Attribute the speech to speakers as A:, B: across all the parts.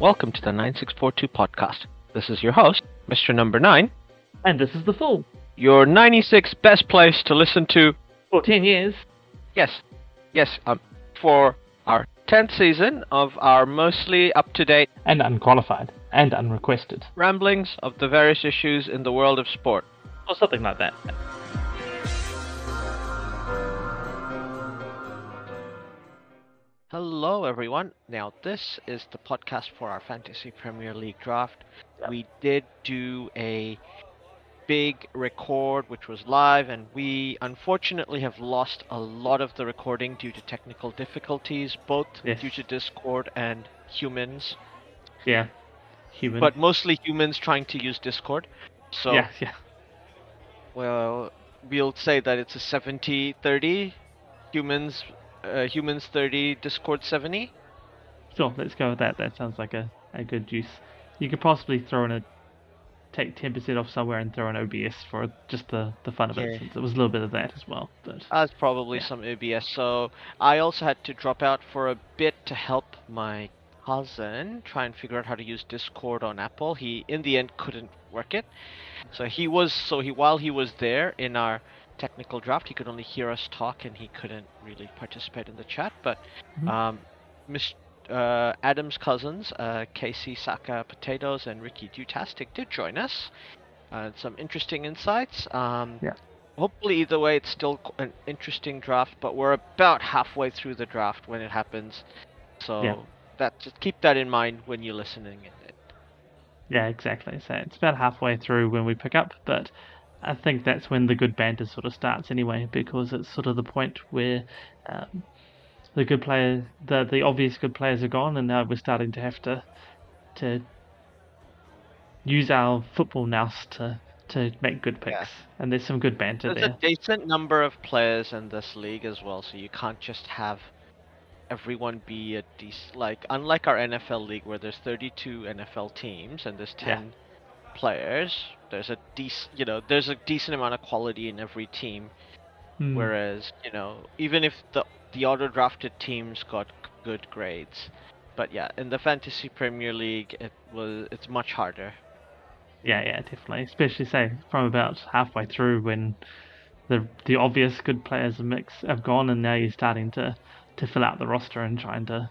A: Welcome to the 9642 podcast. This is your host, Mr. Number 9,
B: And this is the full
A: your 96 best place to listen to.
B: 14 years.
A: Yes, yes, um, for our 10th season of our mostly up to date
B: And unqualified. And unrequested.
A: ramblings of the various issues in the world of sport.
B: Or something like that.
A: Hello, everyone. Now, this is the podcast for our Fantasy Premier League draft.
B: Yep.
A: We did do a big record, which was live, and we unfortunately have lost a lot of the recording due to technical difficulties, both
C: Yes.
A: due to Discord and humans,
C: Yeah. Human.
A: but mostly humans trying to use Discord. So,
C: yeah, yeah.
A: well, we'll say that it's a 70 30, humans, uh, humans 30, Discord 70.
C: Sure, let's go with that. That sounds like a, a good use. You could possibly throw in a take ten percent off somewhere and throw an OBS for just the, the fun of
A: Yeah.
C: it. Since there was a little bit of that as well. But
A: That's probably
C: Yeah.
A: some OBS. So I also had to drop out for a bit to help my cousin try and figure out how to use Discord on Apple. He in the end couldn't work it. So he was so he while he was there in our technical draft, he could only hear us talk and he couldn't really participate in the chat. But
C: Mhm.
A: um, Mr. Uh, Adam's cousins, uh, Casey Saka Potatoes and Ricky Dutastic, did join us. Uh, some interesting insights. Um,
C: Yeah.
A: Hopefully, either way, it's still qu- an interesting draft, but we're about halfway through the draft when it happens. So that just keep that in mind when you're listening.
C: yeah, exactly. So it's about halfway through when we pick up, but I think that's when the good banter sort of starts anyway, because it's sort of the point where um, the good players, the the obvious good players are gone, and now we're starting to have to to use our football nous to to make good picks,
A: Yeah.
C: and there's some good banter
A: There's
C: there.
A: a decent number of players in this league as well, so you can't just have everyone be a decent. Like, unlike our NFL league where there's 32 NFL teams and there's
C: Yeah.
A: 10 players, there's a decent, you know, there's a decent amount of quality in every team.
C: Hmm.
A: Whereas, you know, even if the the auto drafted teams got g- good grades, but yeah, in the fantasy Premier League, it was it's much harder.
C: Yeah, yeah, definitely. Especially say from about halfway through when the the obvious good players are mix have gone, and now you're starting to to fill out the roster and trying to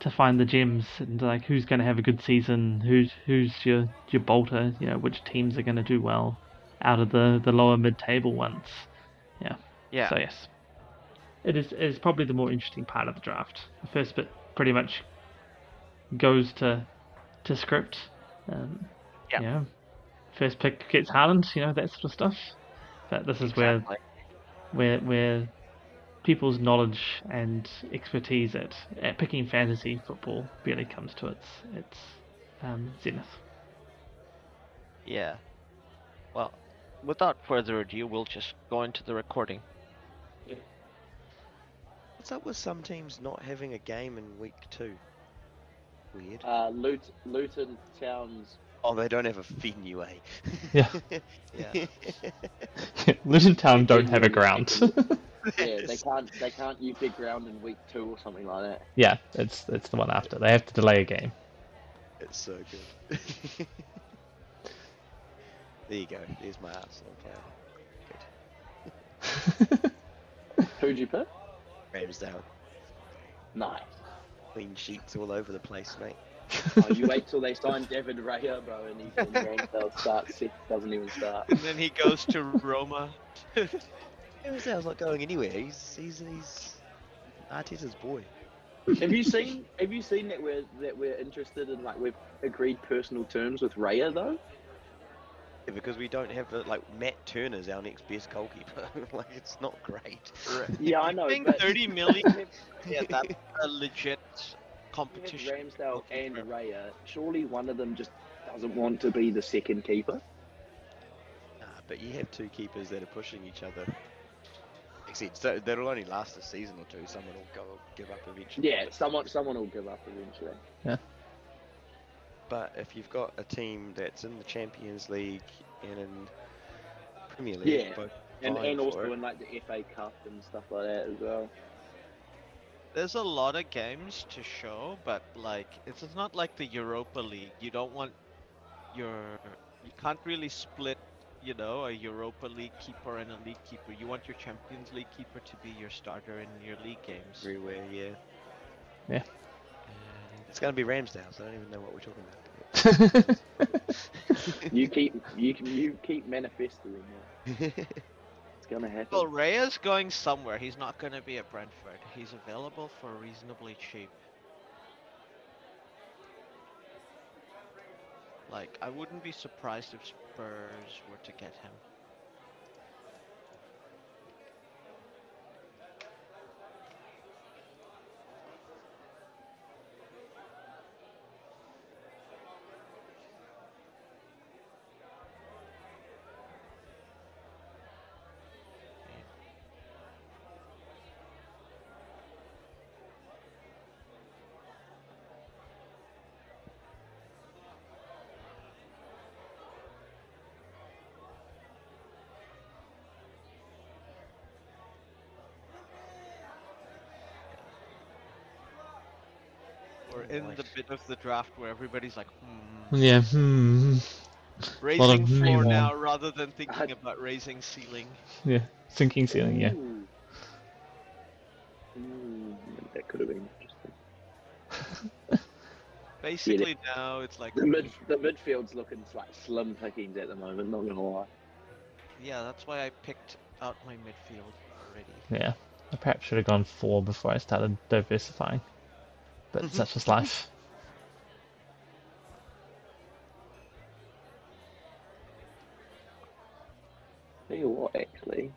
C: to find the gems and like who's going to have a good season, who's who's your your bolter, you know, which teams are going to do well out of the the lower mid table ones.
A: Yeah.
C: So yes, it is it is probably the more interesting part of the draft. The first bit pretty much goes to to script. Um,
A: Yeah.
C: you know, first pick gets Haaland, you know that sort of stuff. But this is where
A: exactly.
C: where where people's knowledge and expertise at, at picking fantasy football really comes to its its um, zenith.
A: Yeah. Well, without further ado, we'll just go into the recording.
D: What's up with some teams not having a game in week two? Weird.
E: Uh, Lut- Luton Town's
D: Oh, they don't have a venue, eh?
B: Yeah.
D: yeah.
B: Luton Town
E: don't have a
B: ground.
E: yeah, they can't they can't use their ground in week two or something like that.
B: yeah, it's it's the one after. They have to delay a game.
D: It's so good. there you go. There's my Arsenal player,
E: Who'd you pick?
D: Ramsdale.
E: Nice.
D: Clean sheets all over the place, mate.
E: Oh, you wait till they sign David Raya, bro, and he's in rank. They'll start six. Doesn't even start.
A: And then he goes to Roma.
D: Ramsdale's not going anywhere. He's he's he's Arteta's boy.
E: Have you seen? Have you seen that we're that we're interested in like we've agreed personal terms with Raya though?
D: Yeah, because we don't have the, like Matt Turner's our next best goalkeeper. like it's not great.
E: Yeah, I know.
A: Paying
E: But
A: 30 million? yeah, that's a legit
E: you
A: competition.
E: have Ramsdale and Raya. Surely one of them just doesn't want to be the second keeper.
D: Nah, but you have two keepers that are pushing each other. Except so that'll only last a season or two. Someone will go give up eventually.
E: Yeah, someone someone will give up eventually.
D: But if you've got a team that's in the Champions League and in Premier League,
E: Yeah,
D: both
E: And
D: vying
E: and
D: for
E: also
D: it,
E: in like the FA Cup and stuff like that as well.
A: There's a lot of games to show, but like it's it's not like the Europa League. You don't want your you can't really split, you know, a Europa League keeper and a league keeper. You want your Champions League keeper to be your starter in your league games.
D: Everywhere, yeah.
A: And
D: It's going to be Ramsdale, so I don't even know what we're talking about.
E: You keep you you keep manifesting it. It's gonna happen.
A: Well, Reyes going somewhere. He's not going to be at Brentford. He's available for reasonably cheap. Like, I wouldn't be surprised if Spurs were to get him. We're in the bit of the draft where everybody's like, hmm,
C: yeah. Hmm.
A: raising
C: hmm
A: floor
C: on-
A: now rather than thinking about raising ceiling.
C: Yeah. Sinking ceiling. Yeah.
E: Ooh. Mm, that could have been interesting.
A: Basically, now it's like,
E: The mid the midfield's looking like slim pickings at the moment. Not gonna lie.
A: yeah, that's why I picked out my midfield already.
C: Yeah. I perhaps should have gone four before I started diversifying. But
A: Mm-hmm.
C: such is life.
E: Tell you what, actually,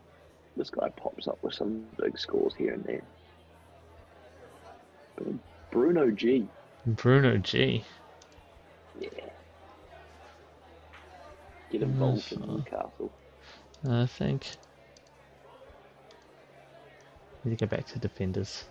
E: this guy pops up with some big scores here and there. Bruno G.
C: Bruno G.
E: Yeah. Get involved in
C: Nice, uh,
E: Newcastle.
C: I think. Need to go back to defenders.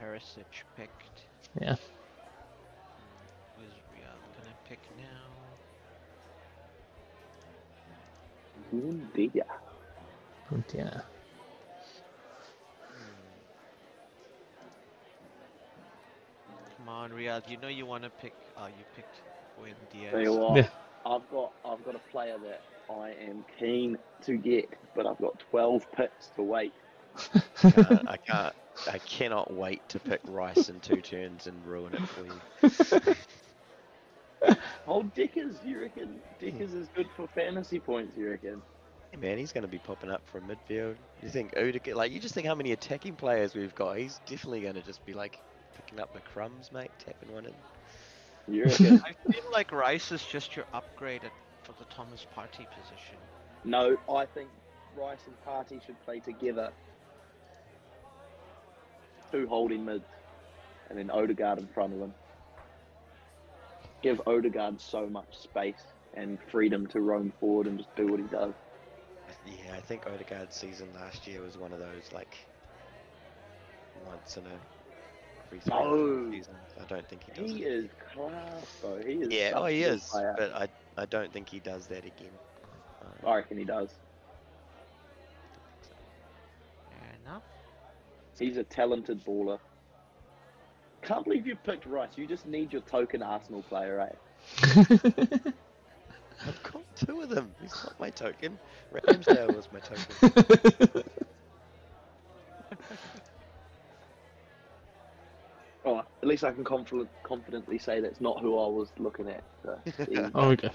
A: Perisic picked.
C: Yeah.
A: Was Real gonna pick now?
E: Buendia.
C: Yeah.
A: Come on, Riyadh, you know you want to pick. Oh, you picked Buendia.
E: Tell you what,
C: Yeah.
E: I've got I've got a player that I am keen to get, but I've got 12 picks to wait.
D: Can't- I can't. I cannot wait to pick Rice in two turns and ruin it for you.
E: Oh, Dickers, you reckon? Dickers is good for fantasy points, you reckon?
D: Hey, man, he's going to be popping up from midfield. You think Udic, like you just think how many attacking players we've got. He's definitely going to just be like picking up the crumbs, mate, tapping one in.
E: You reckon?
A: I feel like Rice is just your upgrade at, for the Thomas Party position.
E: no, I think Rice and Party should play together. Two holding mids, and then Odegaard in front of them. Give Odegaard so much space and freedom to roam forward and just do what he does.
D: Yeah, I think Odegaard's season last year was one of those like once in a every three or four
E: No.
D: seasons. I don't think he does.
E: He
D: it.
E: is class, though. He is.
D: yeah, oh,
E: such a
D: he
E: good
D: is,
E: player.
D: but I I don't think he does that again. Uh,
E: I reckon he does.
A: Fair enough.
E: He's a talented baller. Can't believe you picked Rice. You just need your token Arsenal player, eh? right?
D: I've got two of them. He's not my token. Ramsdale was my token.
E: Oh, at least I can confident, confidently say that's not who I was looking at. So, there you
C: oh my god.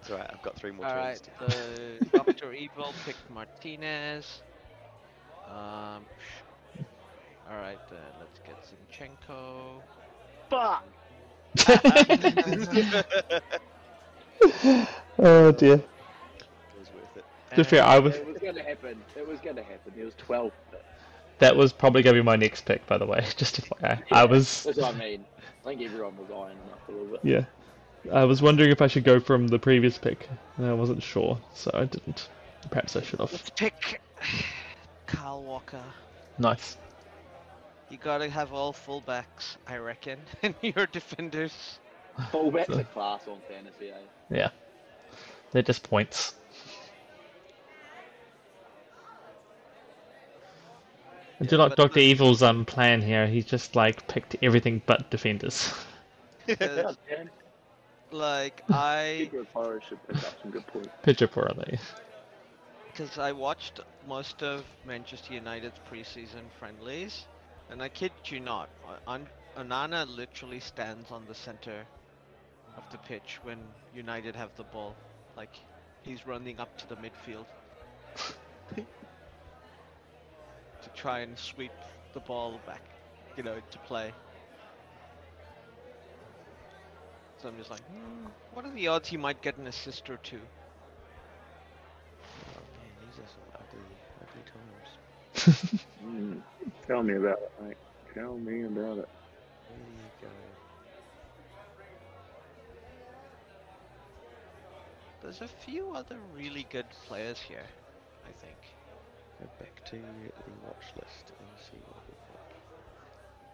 D: It's alright, I've got three more
A: All
D: turns.
A: right,
D: to-
A: the Doctor Evil picked Martinez. Um. psh. All right, then let's get Zinchenko.
E: Fuck!
C: Oh dear.
D: It was worth it.
C: To be fair, I was
E: It was going to happen. It was going to happen. It was 12. but
C: that was probably gonna be my next pick, by the way. Just FYI. I was
E: That's what I mean. I think everyone was eyeing him up a little bit.
C: yeah.
F: I was wondering if I should go from the previous pick, and I wasn't sure, so I didn't. Perhaps I should have.
A: Let's pick Carl Walker.
F: Nice.
A: You gotta have all fullbacks, I reckon, and your defenders.
E: Fullback's a class on fantasy, eh?
F: Yeah. They're just points. I do
A: Yeah,
F: like
A: but-
F: Doctor Evil's um plan here. He's just like picked everything but defenders.
A: 'cause,
E: Dan,
A: like I,
E: Secret Forest should pick up some good points.
F: Pitcher poor are they?
A: because I watched most of Manchester United's preseason friendlies, and I kid you not, O- An- Onana literally stands on the center of the pitch when United have the ball. Like he's running up to the midfield to try and sweep the ball back, you know, to play. So I'm just like, hmm, what are the odds he might get an assist or two?
D: Oh man, these are some ugly, ugly times.
E: Mm. Tell me about it, mate. Tell me about it.
D: Where do you go?
A: There's a few other really good players here, I think.
D: Go back to the watch list and see what we've got.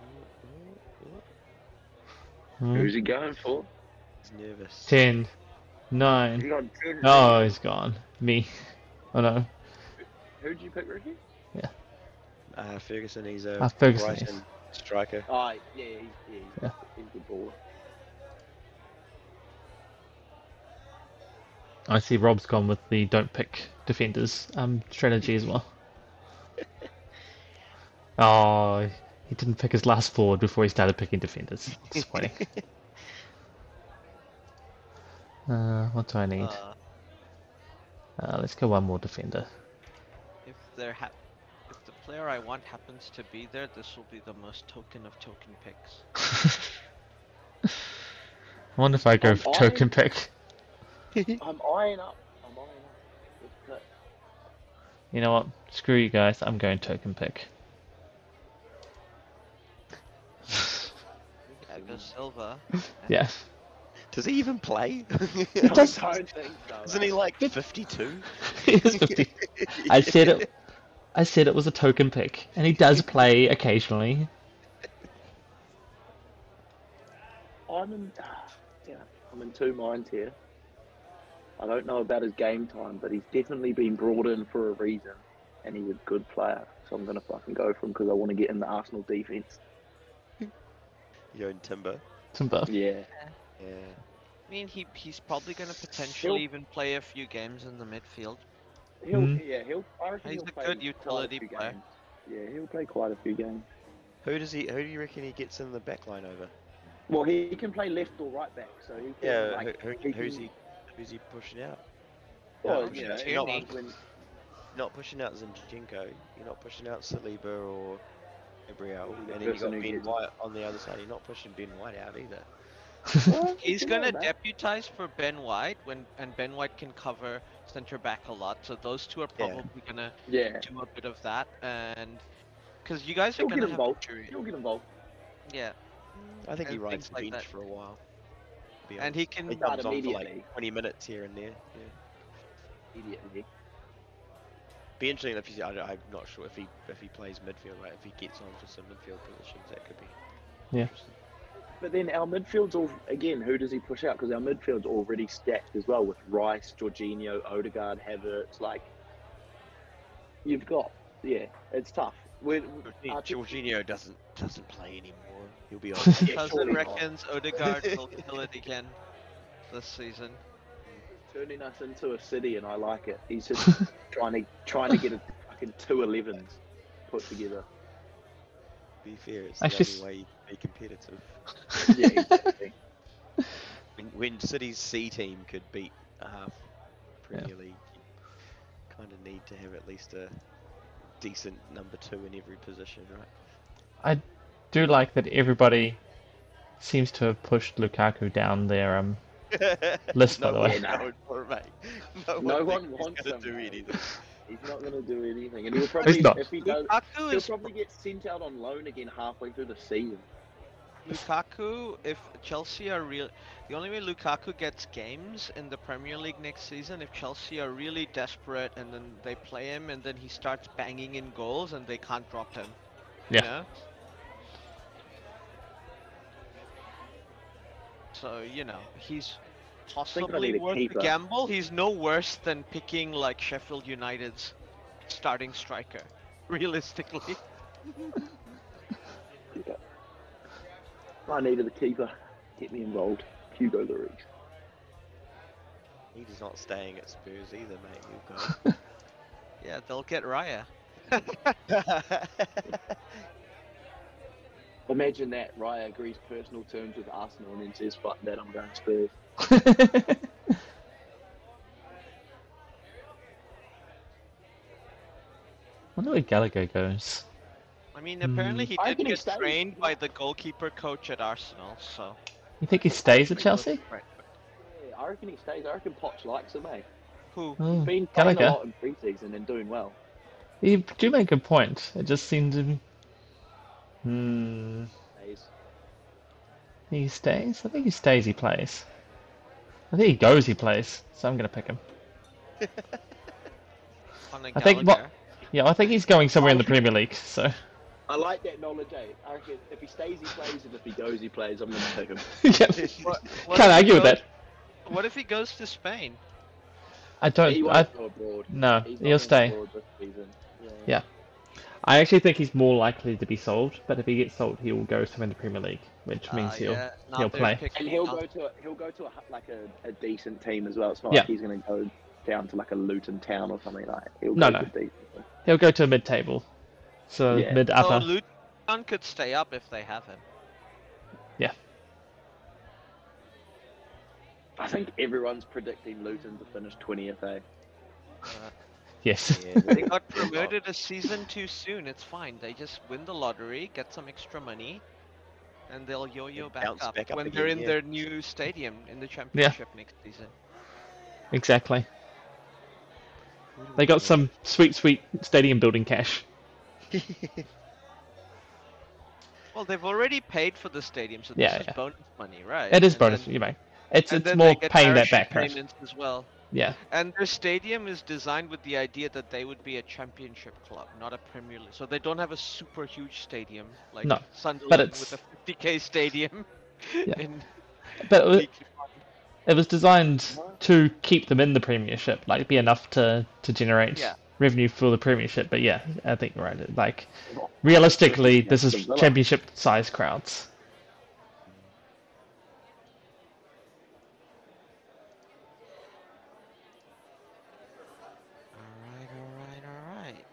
D: Ooh, ooh, ooh.
F: Hmm?
E: Who's he going for?
D: He's nervous.
F: Ten,
E: He
F: nine.
E: got two.
F: Oh, he's gone. Me. Oh no.
E: Who'd you pick, Ricky?
D: Uh, Ferguson, he's a
F: Ah, Ferguson, yes.
D: Brighton striker.
E: Oh, yeah, he's, yeah, he's,
F: Yeah.
E: he's a good baller.
F: I see Rob's gone with the don't pick defenders um strategy as well. Oh, he didn't pick his last forward before he started picking defenders. Disappointing. uh, what do I need?
A: Uh,
F: Uh, let's go one more defender.
A: if there ha- if the player I want happens to be there, this will be the most token of token picks.
F: I wonder if I go
E: Um,
F: for
E: I-
F: token pick.
E: I'm eyeing up. I'm eyeing up. Good pick.
F: You know what? Screw you guys. I'm going token pick.
A: Thiago Silva.
F: Yeah.
D: Does he even play?
F: does-
E: I don't think so.
D: Isn't he like 52?
F: He is 50. I said it. I said it was a token pick, and he does play occasionally.
E: I'm in, yeah, I'm in two minds here. I don't know about his game time, but he's definitely been brought in for a reason, and he's a good player. So I'm gonna fucking go for him because I want to get in the Arsenal defense.
D: Yo, and Timber.
F: Timber.
E: Yeah,
D: Yeah.
A: I mean, he he's probably going to potentially even play a few games in the midfield.
E: he'll
F: Hmm.
E: yeah he'll. I reckon
A: He's
E: he'll
A: a
E: play
A: good
E: quite
A: utility
E: few
A: player.
E: games. Yeah, he'll play quite a few games.
D: Who does he? Who do you reckon he gets in the back line over?
E: Well, he, he can play left or right back, so he can,
D: Yeah,
E: like,
D: who, who, who's
E: can-
D: he? Who's he pushing out?
E: Well,
D: Not
E: you
D: pushing
E: know,
A: Tierney.
D: out- you're
E: not
D: not,
E: when-
D: not pushing out Zinchenko. You're not pushing out Saliba or Gabriel,
E: Who's the
D: and then you
E: person
D: got
E: who
D: Ben
E: gets-
D: White on the other side. You're not pushing Ben White out either.
E: Well,
A: He's
E: you
A: going
E: know
A: to
E: that.
A: deputize for Ben White when and Ben White can cover center back a lot. So those two are
D: Yeah.
A: probably going to
E: Yeah,
A: do a bit of that and because you guys are
E: He'll
A: going
E: get
A: to have
E: involved.
A: injury.
E: he'll get involved.
A: Yeah.
D: I think he
A: and things
D: rides the
A: like
D: bench
A: that.
D: for a while. to be
A: And
D: honest.
A: he can
D: he
E: Not
D: comes on for
E: immediately.
D: like 20 minutes here and there. Yeah.
E: Immediately.
D: Be interesting if he's. I don't, I'm not sure if he if he plays midfield. Like if he gets on for some midfield positions, that could be.
F: Yeah.
D: interesting.
E: But then our midfield's all again. Who does he push out? Because our midfield's already stacked as well with Rice, Jorginho, Odegaard, Havertz. Like you've got, yeah, it's tough. We're,
D: Jorginho-
E: I think-
D: Jorginho doesn't doesn't play anymore. He'll be on.
E: Yeah,
A: Cousin
E: surely not.
A: reckons Odegaard will kill it again this season.
E: turning us into a city, and I like it. He's just trying to trying to get a fucking two elevens put together.
D: To be fair, it's
F: I
D: the
F: just-
D: only way you can be competitive.
E: Yeah, exactly.
D: When, when City's C team could beat a half Premier League, you kind of need to have at least a decent number two in every position, right?
F: Do like that everybody seems to have pushed Lukaku down their um list, by
D: no
F: the
D: one,
F: way.
D: No, one, mate. No,
E: No
D: one,
E: one
D: thinks
E: wants
D: he's gonna
E: them,
D: do
E: mate.
D: anything.
E: He's not going to do anything, and he'll probably
F: not.
E: if he does,
A: Lukaku
E: he'll
A: is
E: probably get sent out on loan again halfway through the season.
A: Lukaku, if Chelsea are real, the only way Lukaku gets games in the Premier League next season, if Chelsea are really desperate and then they play him and then he starts banging in goals and they can't drop him. you
F: Yeah.
A: know? So you know he's
E: think I
A: possibly
E: need a
A: worth the
E: keeper.
A: gamble. He's no worse than picking like Sheffield United's starting striker, realistically.
E: I needed a keeper. Get me involved. Hugo Lloris.
D: He's not staying at Spurs either, mate. You've
A: Yeah, they'll get Raya.
E: Imagine that. Raya agrees personal terms with Arsenal and then says, "Fuck that, I'm going Spurs."
F: wonder where Gallagher goes.
A: I mean,
F: Hmm.
A: apparently he
E: I
A: did
E: think he
A: get
E: stays,
A: trained
E: yeah.
A: by the goalkeeper coach at Arsenal, so.
F: You think he stays
A: he
F: at
A: was
F: Chelsea?
A: right.
E: Yeah, I reckon he stays. I reckon Potts likes him, eh?
A: Who?
F: Oh,
E: Been playing a
F: Gallagher.
E: lot in pre-season and doing well.
F: You do make a point. It just seems. to be- Hmm.
E: Stays.
F: He stays? I think he stays, he plays. I think he goes, he plays. So I'm going to pick him.
A: Conor
F: I think what-
A: Gallagher.
F: Yeah, I think he's going somewhere in the Premier League, so.
E: I like that knowledge, eh? I reckon if he stays, he plays, and if he goes, he plays. I'm going to take him.
F: yeah,
D: got.
A: What
F: can't
A: if he
F: argue with
A: goes-
F: that.
A: What if he goes to Spain?
F: I
E: he
F: don't.
E: won't
F: I,
E: go abroad.
F: no,
E: He's not going
F: he'll stay.
E: abroad this season. Yeah.
F: Yeah. I actually think he's more likely to be sold, but if he gets sold, he will go somewhere in the Premier League, which means
A: Ah,
F: he'll.
A: yeah, now
F: he'll
A: they're
F: play.
A: picking-
E: And he'll
A: now-
E: go to a, he'll go to a, like a, a decent team as well. It's not
F: Yeah.
E: like he's going to go down to like a Luton Town or something like. He'll
F: No,
E: go
F: no.
E: to a decent. team.
F: He'll go to mid table. So
E: Yeah.
F: mid
A: So
F: upper.
A: Luton could stay up if they have him.
E: I think everyone's predicting Luton to finish 20th. Eh?
F: yes.
D: Yeah,
A: They got
D: they're not.
A: promoted a season too soon. It's fine. They just win the lottery, get some extra money, and they'll yo-yo
D: And
A: back
D: bounce
A: up,
D: back up
A: when they're
D: again,
A: in
D: yeah.
A: their new stadium in the championship next season.
F: Exactly. They got some sweet, sweet stadium building cash.
A: Well, they've already paid for the stadium, so this
F: Yeah,
A: is
F: yeah.
A: bonus money, right?
F: It is
A: And
F: bonus,
A: then-
F: you know. It's
A: and
F: it's
A: then they
F: more
A: get
F: paying that
A: parachute
F: back, right?
A: payments as well.
F: Yeah.
A: And their stadium is designed with the idea that they would be a championship club, not a Premier League. So they don't have a super huge stadium like
F: No,
A: Sunderland
F: it's-
A: with a 50k stadium.
F: Yeah.
A: in
F: But it was,
A: League
F: it was designed to keep them in the Premiership, like be enough to to generate
A: Yeah.
F: revenue for the Premiership. But yeah, I think you're right. Like realistically, this is
E: Villa.
F: championship size crowds.
A: Alright, alright, alright.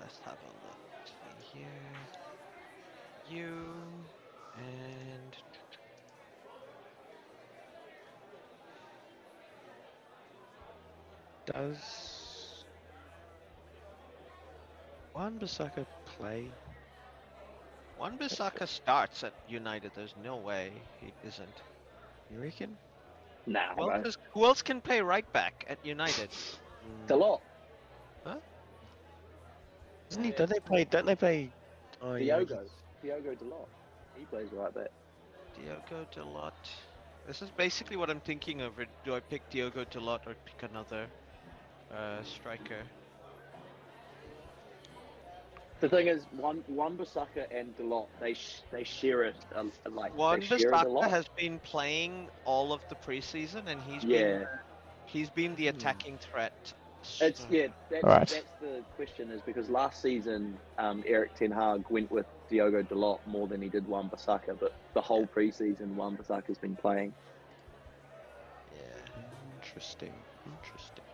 A: Let's have a look. See here. You and
D: Does Wan Bissaka play?
A: Wan Bissaka starts at United. There's no way he isn't.
D: You reckon?
E: Nah,
A: Who
E: bro.
A: else, is- who else can play right back at United?
E: It's a lot.
D: Isn't he? Don't they play? Don't they play? Mm. Oh, yeah, I
E: Diogo.
D: guess.
E: Diogo's a lot. He plays right back.
A: Diogo Dalot. This is basically what I'm thinking of. it- Do I pick Diogo Dalot or pick another uh, striker?
E: The thing is, one one Bissaka and Delot, they sh- they share it uh, like
A: Wan
E: they share it a
A: Bissaka
E: lot.
A: has been playing all of the preseason, and he's been
E: yeah,
A: He's been
D: Hmm.
A: the attacking threat.
E: it's yeah. That's,
F: Alright.
E: that's the question is because last season um, Eric Ten Hag went with Diogo Delot more than he did Wan Bissaka, but the whole preseason Wan Bissaka's been playing.
D: Interesting. Interesting.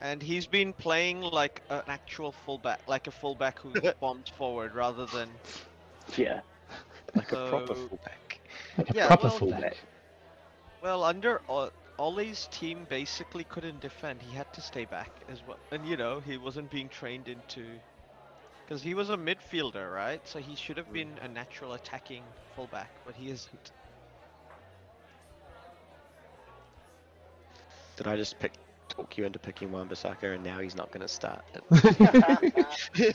A: And he's been playing like an actual fullback, like a fullback who bombs forward rather than
E: Yeah,
D: Like a proper
A: So-
D: fullback.
F: Like a
A: Yeah,
F: proper
A: well,
F: fullback.
E: fullback.
A: well under O- Ollie's team basically couldn't defend. He had to stay back as well. And you know, he wasn't being trained into cuz he was a midfielder, right? So he should have been a natural attacking fullback, but he isn't.
D: Did I just pick talk you into picking Wan Bissaka and now he's not going to start?
E: and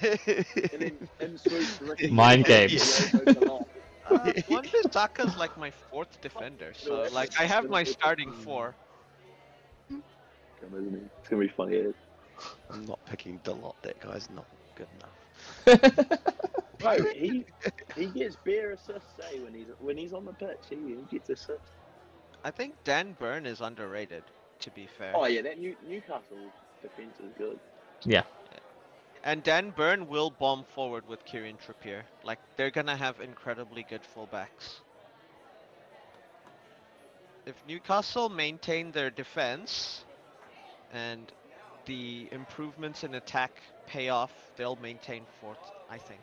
E: then Tim swoops directly
F: Mind
E: to the
D: games.
E: Diego Dalot.
A: Uh, Wan Bissaka's like my fourth defender, so like I have my starting four.
E: Come, isn't it? It's gonna be funny. eh?
D: I'm not picking Dalot. That guy's not good enough.
E: Bro, he he gets bare assists. Say when he's when he's on the pitch, he, he gets assists.
A: I think Dan Byrne is underrated, to be fair.
E: Oh yeah, that New, Newcastle defense is good.
A: And Dan Byrne will bomb forward with Kieran Trippier. Like they're gonna have incredibly good fullbacks. If Newcastle maintain their defense and the improvements in attack pay off, they'll maintain fourth, I think.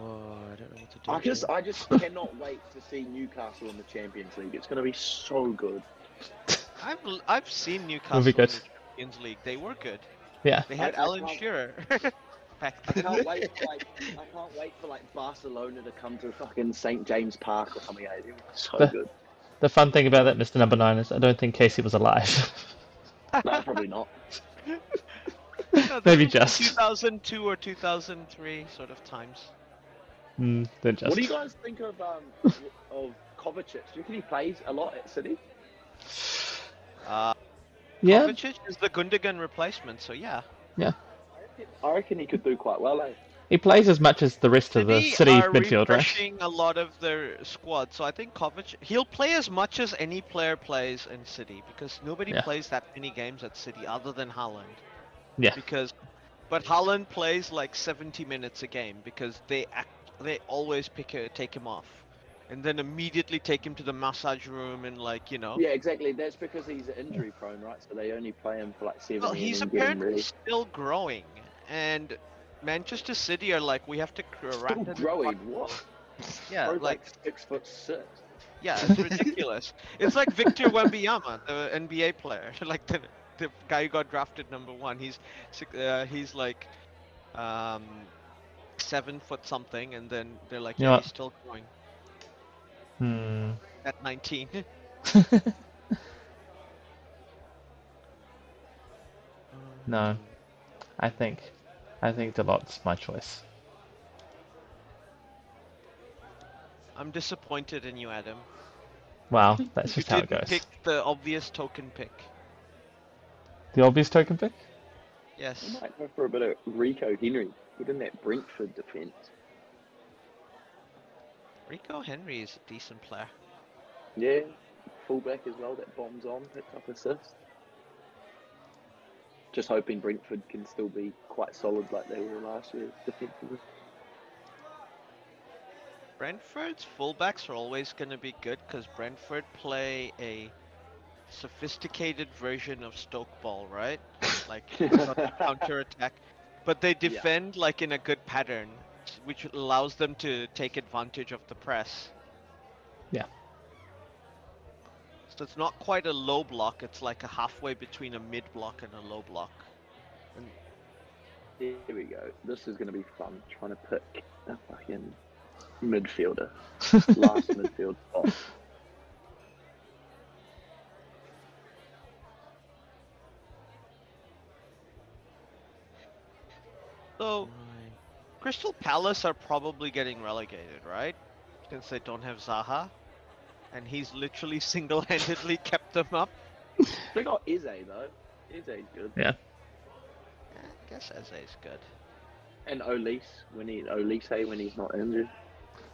D: Oh, I don't know what to do.
E: I just
D: here.
E: I just cannot wait to see Newcastle in the Champions League. It's gonna be so good.
A: I've l- I've seen Newcastle in
F: good.
A: the Champions League. They were good.
F: Yeah.
A: They had
E: I- I
A: Alan
E: can't-
A: Shearer back
E: I
A: then.
E: can't wait. For, like I can't wait for like Barcelona to come to fucking St James Park or something. eh? It was so
F: But-
E: good.
F: The fun thing about that, Mr. Number Nine, is I don't think Casey was alive.
E: No, probably not.
A: No, this
F: Maybe
A: was the
F: just.
A: 2002 or 2003 sort of times.
F: mm, they're just.
E: What do you guys think of um of Kovacic? Do you think he plays a lot at City?
A: Uh,
F: yeah.
A: Kovacic is the Gundogan replacement, so yeah.
E: I reckon he could do quite well. Eh?
F: He plays as much as the rest of the city
A: are
F: midfield, right?
A: refreshing a lot of their squad, so I think Kovacic he'll play as much as any player plays in City because nobody
F: Yeah.
A: plays that many games at City other than Holland.
F: Yeah.
A: Because, but Holland plays like 70 minutes a game because they act, they always pick a, take him off, and then immediately take him to the massage room and like you know.
E: Yeah, exactly. That's because he's injury prone, right? So they only play him for like seven.
A: Well, Oh, he's
E: and then get him
A: apparently
E: ready.
A: still growing, and Manchester City are like, we have to
E: Still
A: rapidly.
E: growing. What?
A: Yeah,
E: Bro's
A: like
E: six foot six.
A: yeah, it's ridiculous. it's like Victor Wembanyama, the NBA player, like the the guy who got drafted number one. He's six- uh, he's like um, seven foot something, and then they're like, yeah,
F: Yeah.
A: he's still growing
F: Hmm.
A: at 19.
F: no. I think. I think Delot's my choice.
A: I'm disappointed in you, Adam.
F: Wow, that's
A: you
F: just how it
A: didn't
F: goes.
A: pick the obvious token pick.
F: The obvious token pick?
E: He
A: Yes.
E: might go for a bit of Rico Henry within that Brentford defence.
A: Rico Henry is a decent player.
E: Yeah, fullback as well. That bombs on, picks up assists. Just hoping Brentford can still be quite solid like they were last year defensively.
A: Brentford's fullbacks are always going to be good because Brentford play a sophisticated version of Stoke ball, right? Like counter attack, but they defend like in a good pattern, s- which allows them to take advantage of the press.
F: Yeah.
A: So it's not quite a low block; it's like a halfway between a mid block and a low block.
E: Here we go. This is going to be fun. Trying to pick a fucking midfielder. Last midfield spot.
A: So Crystal Palace are probably getting relegated, right? Since they don't have Zaha. And he's literally single handedly kept them up.
E: They got Eze though. Eze's good.
A: Yeah, I guess Eze is good.
E: And Olise when he Olise when he's not injured.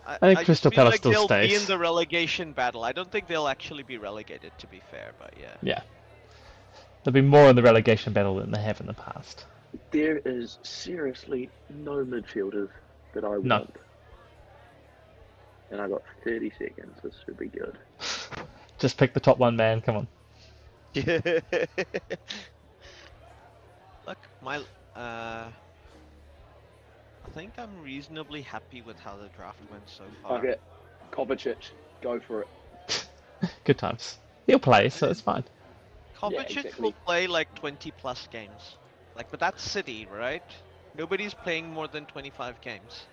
A: I, just
F: think Crystal
A: feel
F: Palace
A: like
F: still
A: they'll be in
F: stays.
A: the relegation battle. I don't think they'll actually be relegated, to be fair, but yeah.
F: Yeah. There'll be more in the relegation battle than they have in the past.
E: There is seriously no midfielders that I want.
F: No.
E: And I got 30 seconds. This should be good.
F: Just pick the top one, man. Come on.
A: Look, my. Uh, I think I'm reasonably happy with how the draft went so far.
E: Okay, Kovacic, go for it.
F: Good times. He'll play, so it's fine.
A: Kovacic
E: exactly.
A: will play like 20 plus games. Like, but that's City, right? Nobody's playing more than 25 games.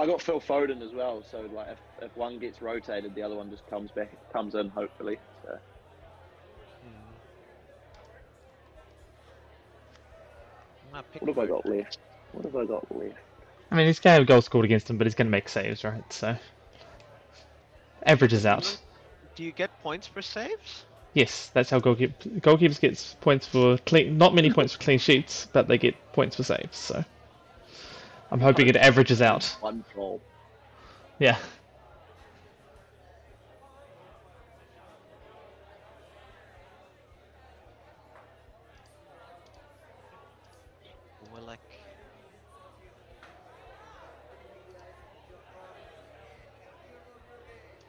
E: I got Phil Foden as well, so like if, if one gets rotated, the other one just comes back, comes in hopefully. So
A: I picked
E: what have I got left? What have I got left?
F: I mean, he's going to have goals scored against him, but he's going to make saves, right? So. Averages out.
A: Do you get points for saves?
F: Yes, that's how goalkeep goalkeepers gets points for clean. Not many points for clean sheets, but they get points for saves. So, I'm hoping it averages out.
E: One goal.
F: Yeah,
A: We're like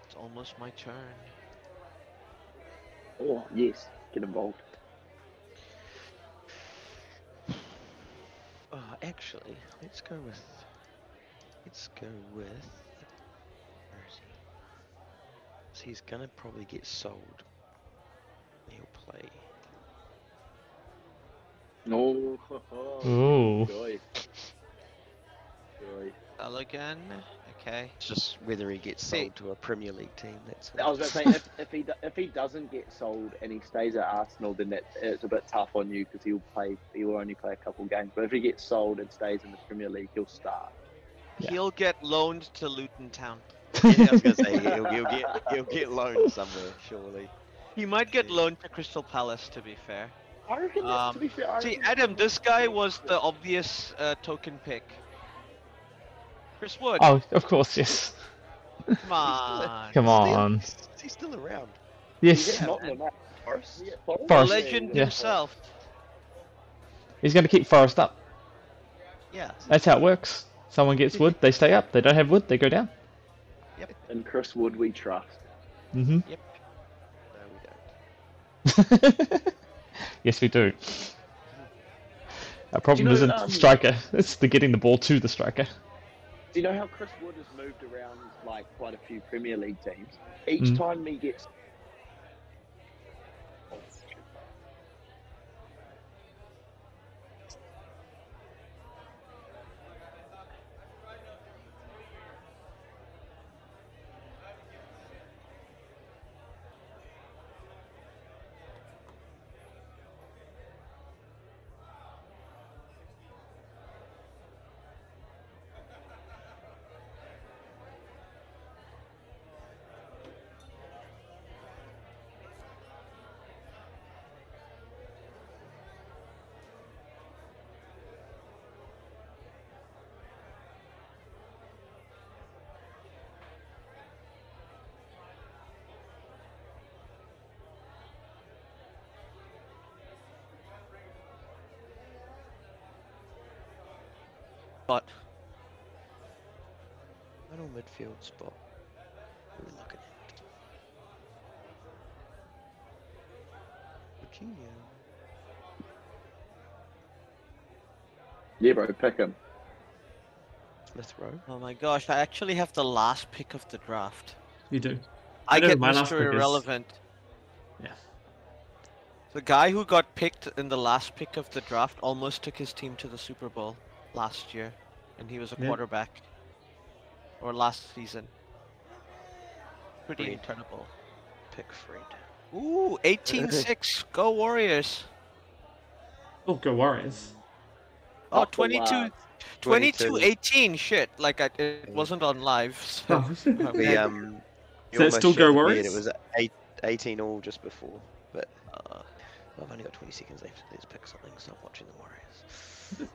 A: It's almost my turn.
E: Oh yes, get involved.
D: Oh, actually, let's go with. Let's go with. Where is he? So he's gonna probably get sold. He'll play.
E: No.
F: Ooh.
E: Oh, Joy. Joy.
A: Elegant. Okay.
D: It's just whether he gets
A: See-
D: sold to a Premier League team. That's.
E: I
D: all.
E: was going to say if, if he do- if he doesn't get sold and he stays at Arsenal, then that it's a bit tough on you because he'll play he will only play a couple games. But if he gets sold and stays in the Premier League, he'll start.
F: Yeah.
A: He'll get loaned to Luton Town.
D: yeah, I was gonna say he'll, he'll get he'll get loaned somewhere surely.
A: He might get
D: Yeah.
A: loaned to Crystal Palace, to be fair.
E: I reckon.
A: that's- Um, to be
E: fair, I
A: See, Adam, this guy was the obvious uh, token pick. Chris Wood,
F: Oh, of course, yes.
A: come on.
F: Come
D: Still-
F: on.
D: Is he still around?
F: Yes,
D: Forrest?
A: The
F: Forrest.
A: legend
F: Yeah.
A: himself.
F: he's going to keep Forest up.
A: Yeah.
F: That's how it works. Someone gets wood, they stay up. They don't have wood, they go down.
E: And Chris Wood, we trust.
F: hmm
A: Yep.
D: No, we don't.
F: yes, we do. Our problem
E: know,
F: isn't
E: um,
F: striker; it's the getting the ball to the striker.
E: Do you know how Chris Wood has moved around like quite a few Premier League teams? Each
F: Mm.
E: time he gets.
A: But
D: Middle midfield spot. We're looking at. Virginia.
E: Yeah, bro, pick him.
D: Smith Rowe.
A: oh my gosh, I actually have the last pick of the draft.
G: You do.
A: I,
G: know
A: get
G: my last pick
A: Mr.
G: is-
A: Irrelevant.
G: Yeah.
A: The guy who got picked in the last pick of the draft almost took his team to the Super Bowl last year, and he was a
G: Yeah.
A: quarterback. Or last season. Pretty
D: Great.
A: incredible.
D: Pick Fred.
A: Ooh, 18-6. Go Warriors.
G: Oh, go Warriors.
A: Oh,
E: Off the
A: 22,
E: line.
A: 22
D: 22.
A: 18. Shit. Like, I, it wasn't on live. So.
G: Oh.
D: We um. you
G: So it's
D: almost
G: still
D: shit
G: go
D: the bed,
G: Warriors?
D: It was eight, 18 all just before, but
A: Uh,
D: I've only got 20 seconds left. Let's pick something. Stop watching the Warriors.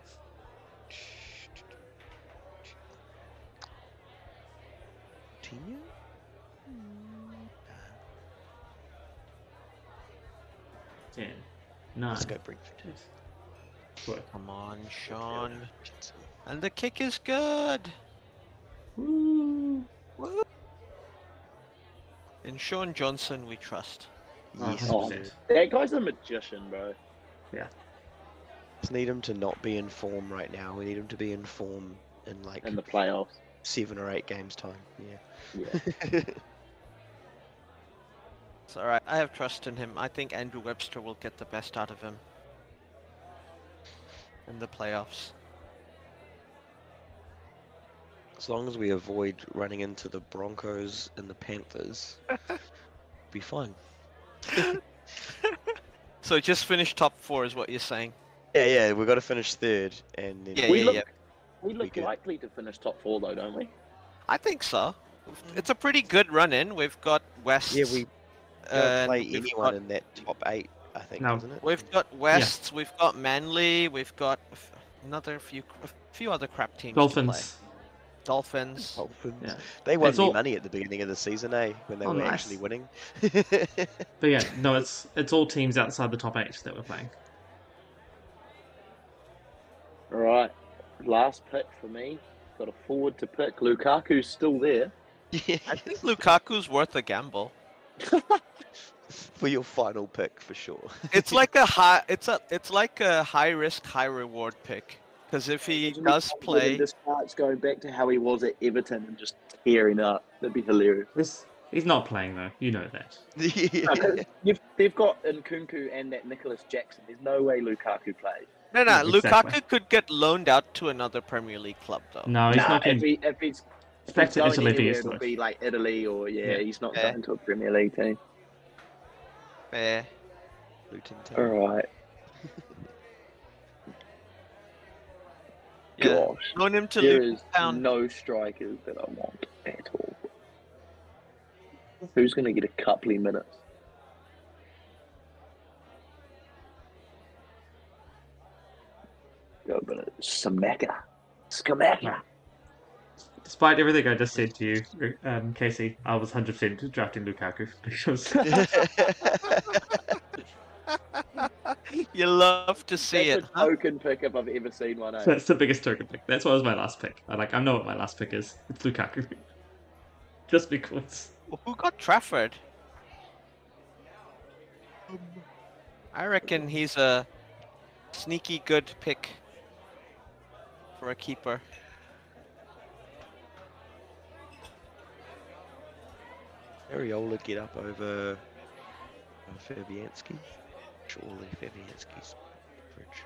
D: Coutinho?
G: Ten. Nine.
D: Let's go Brentford.
G: Four.
A: come on, Sean. And the kick is good.
G: Woo.
A: Woo. In Sean Johnson, we trust.
D: Yes.
E: Oh.
G: 100%.
E: That guy's a magician, bro.
D: Just need him to not be in form right now. We need him to be in form in like
E: In the playoffs.
D: seven or eight games time. Yeah.
E: Yeah.
A: It's all right. I have trust in him. I think Andrew Webster will get the best out of him in the playoffs.
D: As long as we avoid running into the Broncos and the Panthers, be fine.
A: So just finish top four is what you're saying.
D: Yeah, yeah, we've got to finish third, and then
A: Yeah,
E: we
A: yeah,
E: look
A: yeah.
E: we
D: We
E: look
D: good.
E: likely to finish top four though, don't we?
A: I think so. It's a pretty good run in. We've got West.
D: yeah, we don't
A: and
D: play
A: we've
D: anyone
A: got-
D: in that top eight. I think,
G: No.
D: isn't it?
A: We've got Wests, we've got Manly, we've got f- another few, a few other crap teams. to play.
C: Dolphins.
A: Dolphins.
D: Dolphins.
C: Yeah.
D: Oh, They won
C: It's
D: me
C: all-
D: money at the beginning of the season, eh? When they
C: Oh,
D: were
C: nice.
D: actually winning.
C: But yeah, no, it's it's all teams outside the top eight that we're playing.
E: All right. Last pick for me. Got a forward to pick. Lukaku's still there.
D: yeah.
A: I think Lukaku's worth a gamble.
D: For your final pick, for sure.
A: It's like a high, it's a, it's like a high risk, high reward pick. Because if he
E: Imagine
A: does
E: Lukaku
A: play,
E: and This starts going back to how he was at Everton and just tearing up. That'd be hilarious.
C: This he's not playing though. You know that.
E: You've, they've got Nkunku and that Nicholas Jackson. There's no way Lukaku plays.
A: no, no,
C: Yeah, exactly.
A: Lukaku could get loaned out to another Premier League club though.
D: Mm.
C: No, he's
E: Nah,
C: not
E: if,
C: getting
E: he, if he's
C: it's back to
E: going
C: Italy for
E: anywhere,
C: years.
E: it'll be like Italy or yeah,
C: Yeah.
E: he's not
A: Yeah.
E: going to a Premier League team.
A: Fair.
D: Luton Town.
E: All right.
A: Yeah.
E: Gosh,
A: Loan him to
E: there
A: Luton
E: is
A: Town.
E: no strikers that I want at all. Who's going to get a couple of minutes? Go, but Samaka. Skamaka.
C: Despite everything I just said to you, um, Casey, I was hundred percent drafting Lukaku because
A: You love to see it.
E: That's a
A: huh?
E: token pick if I've ever seen one. eh?
C: that's the biggest token pick. That's why it was my last pick. I like I know what my last pick is. It's Lukaku. just because.
A: Who got Trafford? I reckon he's a sneaky good pick for a keeper.
D: Ariola get up over uh, Fabianski? Surely Fabianski's average.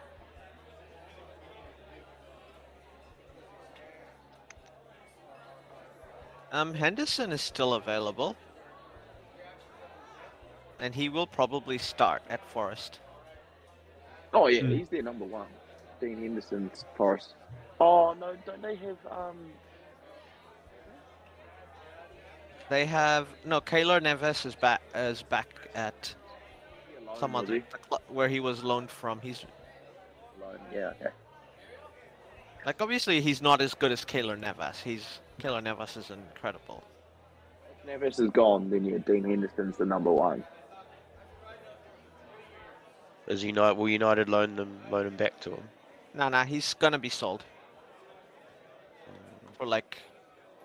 A: Um, Henderson is still available, and he will probably start at Forest.
E: Oh yeah,
A: Mm.
C: Hmm.
E: he's their number one. Dean Henderson's Forest. Oh no, don't they have um?
A: They have no Kaylor Neves is back is back at some
E: Lone,
A: other
E: is
A: the cl- where he was loaned from. He's
E: he? Lone, Yeah. Okay.
A: like obviously he's not as good as Kaylor Neves. He's Kaylor Neves is incredible.
E: If Neves is gone, then yeah, Dean Henderson's the number one.
D: Is United, will United loan them loan him back to him?
A: No, no, he's gonna be sold for like,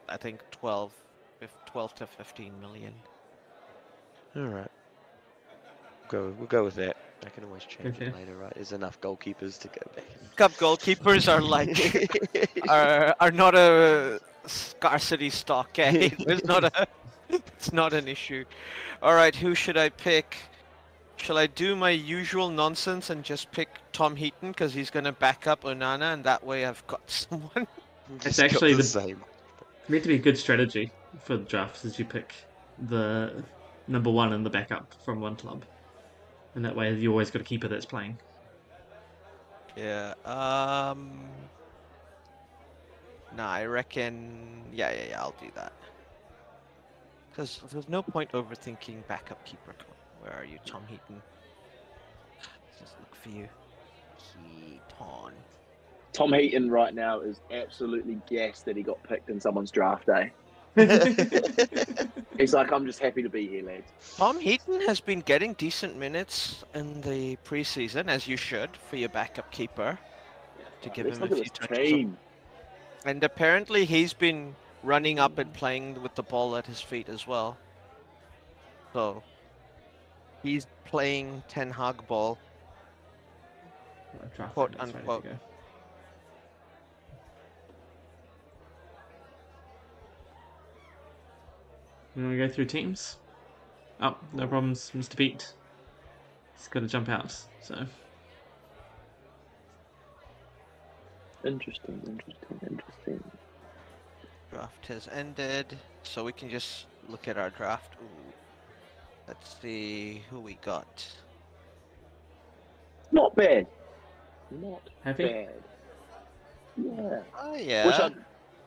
A: I think 12, fif- 12 to 15 million.
D: Alright. Go we'll go with that. I can always change
C: Okay.
D: it later, right? There's enough goalkeepers to go back.
A: Cup goalkeepers are like are are not a scarcity stock. Eh? It's not a it's not an issue. All right, who should I pick? Shall I do my usual nonsense and just pick Tom Heaton because he's gonna back up Onana and that way I've got someone?
C: It's
D: Just got
C: actually
D: the,
C: the-
D: same.
C: meant to be a good strategy for the drafts is you pick the number one and the backup from one club. And that way you always got a keeper that's playing.
A: Yeah. Um. Nah, I reckon. Yeah, yeah, yeah. I'll do that. Because there's no point overthinking backup keeper. Come on, Where are you, Tom Heaton? Let's just look for you. Heaton.
E: Tom Heaton right now is absolutely gassed that he got picked in someone's draft day. He's like, I'm just happy to be here, lads.
A: Tom Heaton has been getting decent minutes in the preseason, as you should, for your backup keeper. To give
E: Let's
A: him a
E: look
A: few
E: at this
A: touches of-
E: team.
A: And apparently he's been running up and playing with the ball at his feet as well. So he's playing Ten Hag ball.
C: Draft
A: Quote,
C: that's ready to
A: unquote.
C: go. We want to go through teams. Oh, no problems, Mr. Pete. He's got to jump out, so.
E: Interesting, interesting, interesting.
A: Draft has ended, so we can just look at our draft. Ooh. Let's see who we got.
E: Not bad. Not
C: Happy?
E: bad. Yeah.
A: Oh
E: Wish
A: yeah,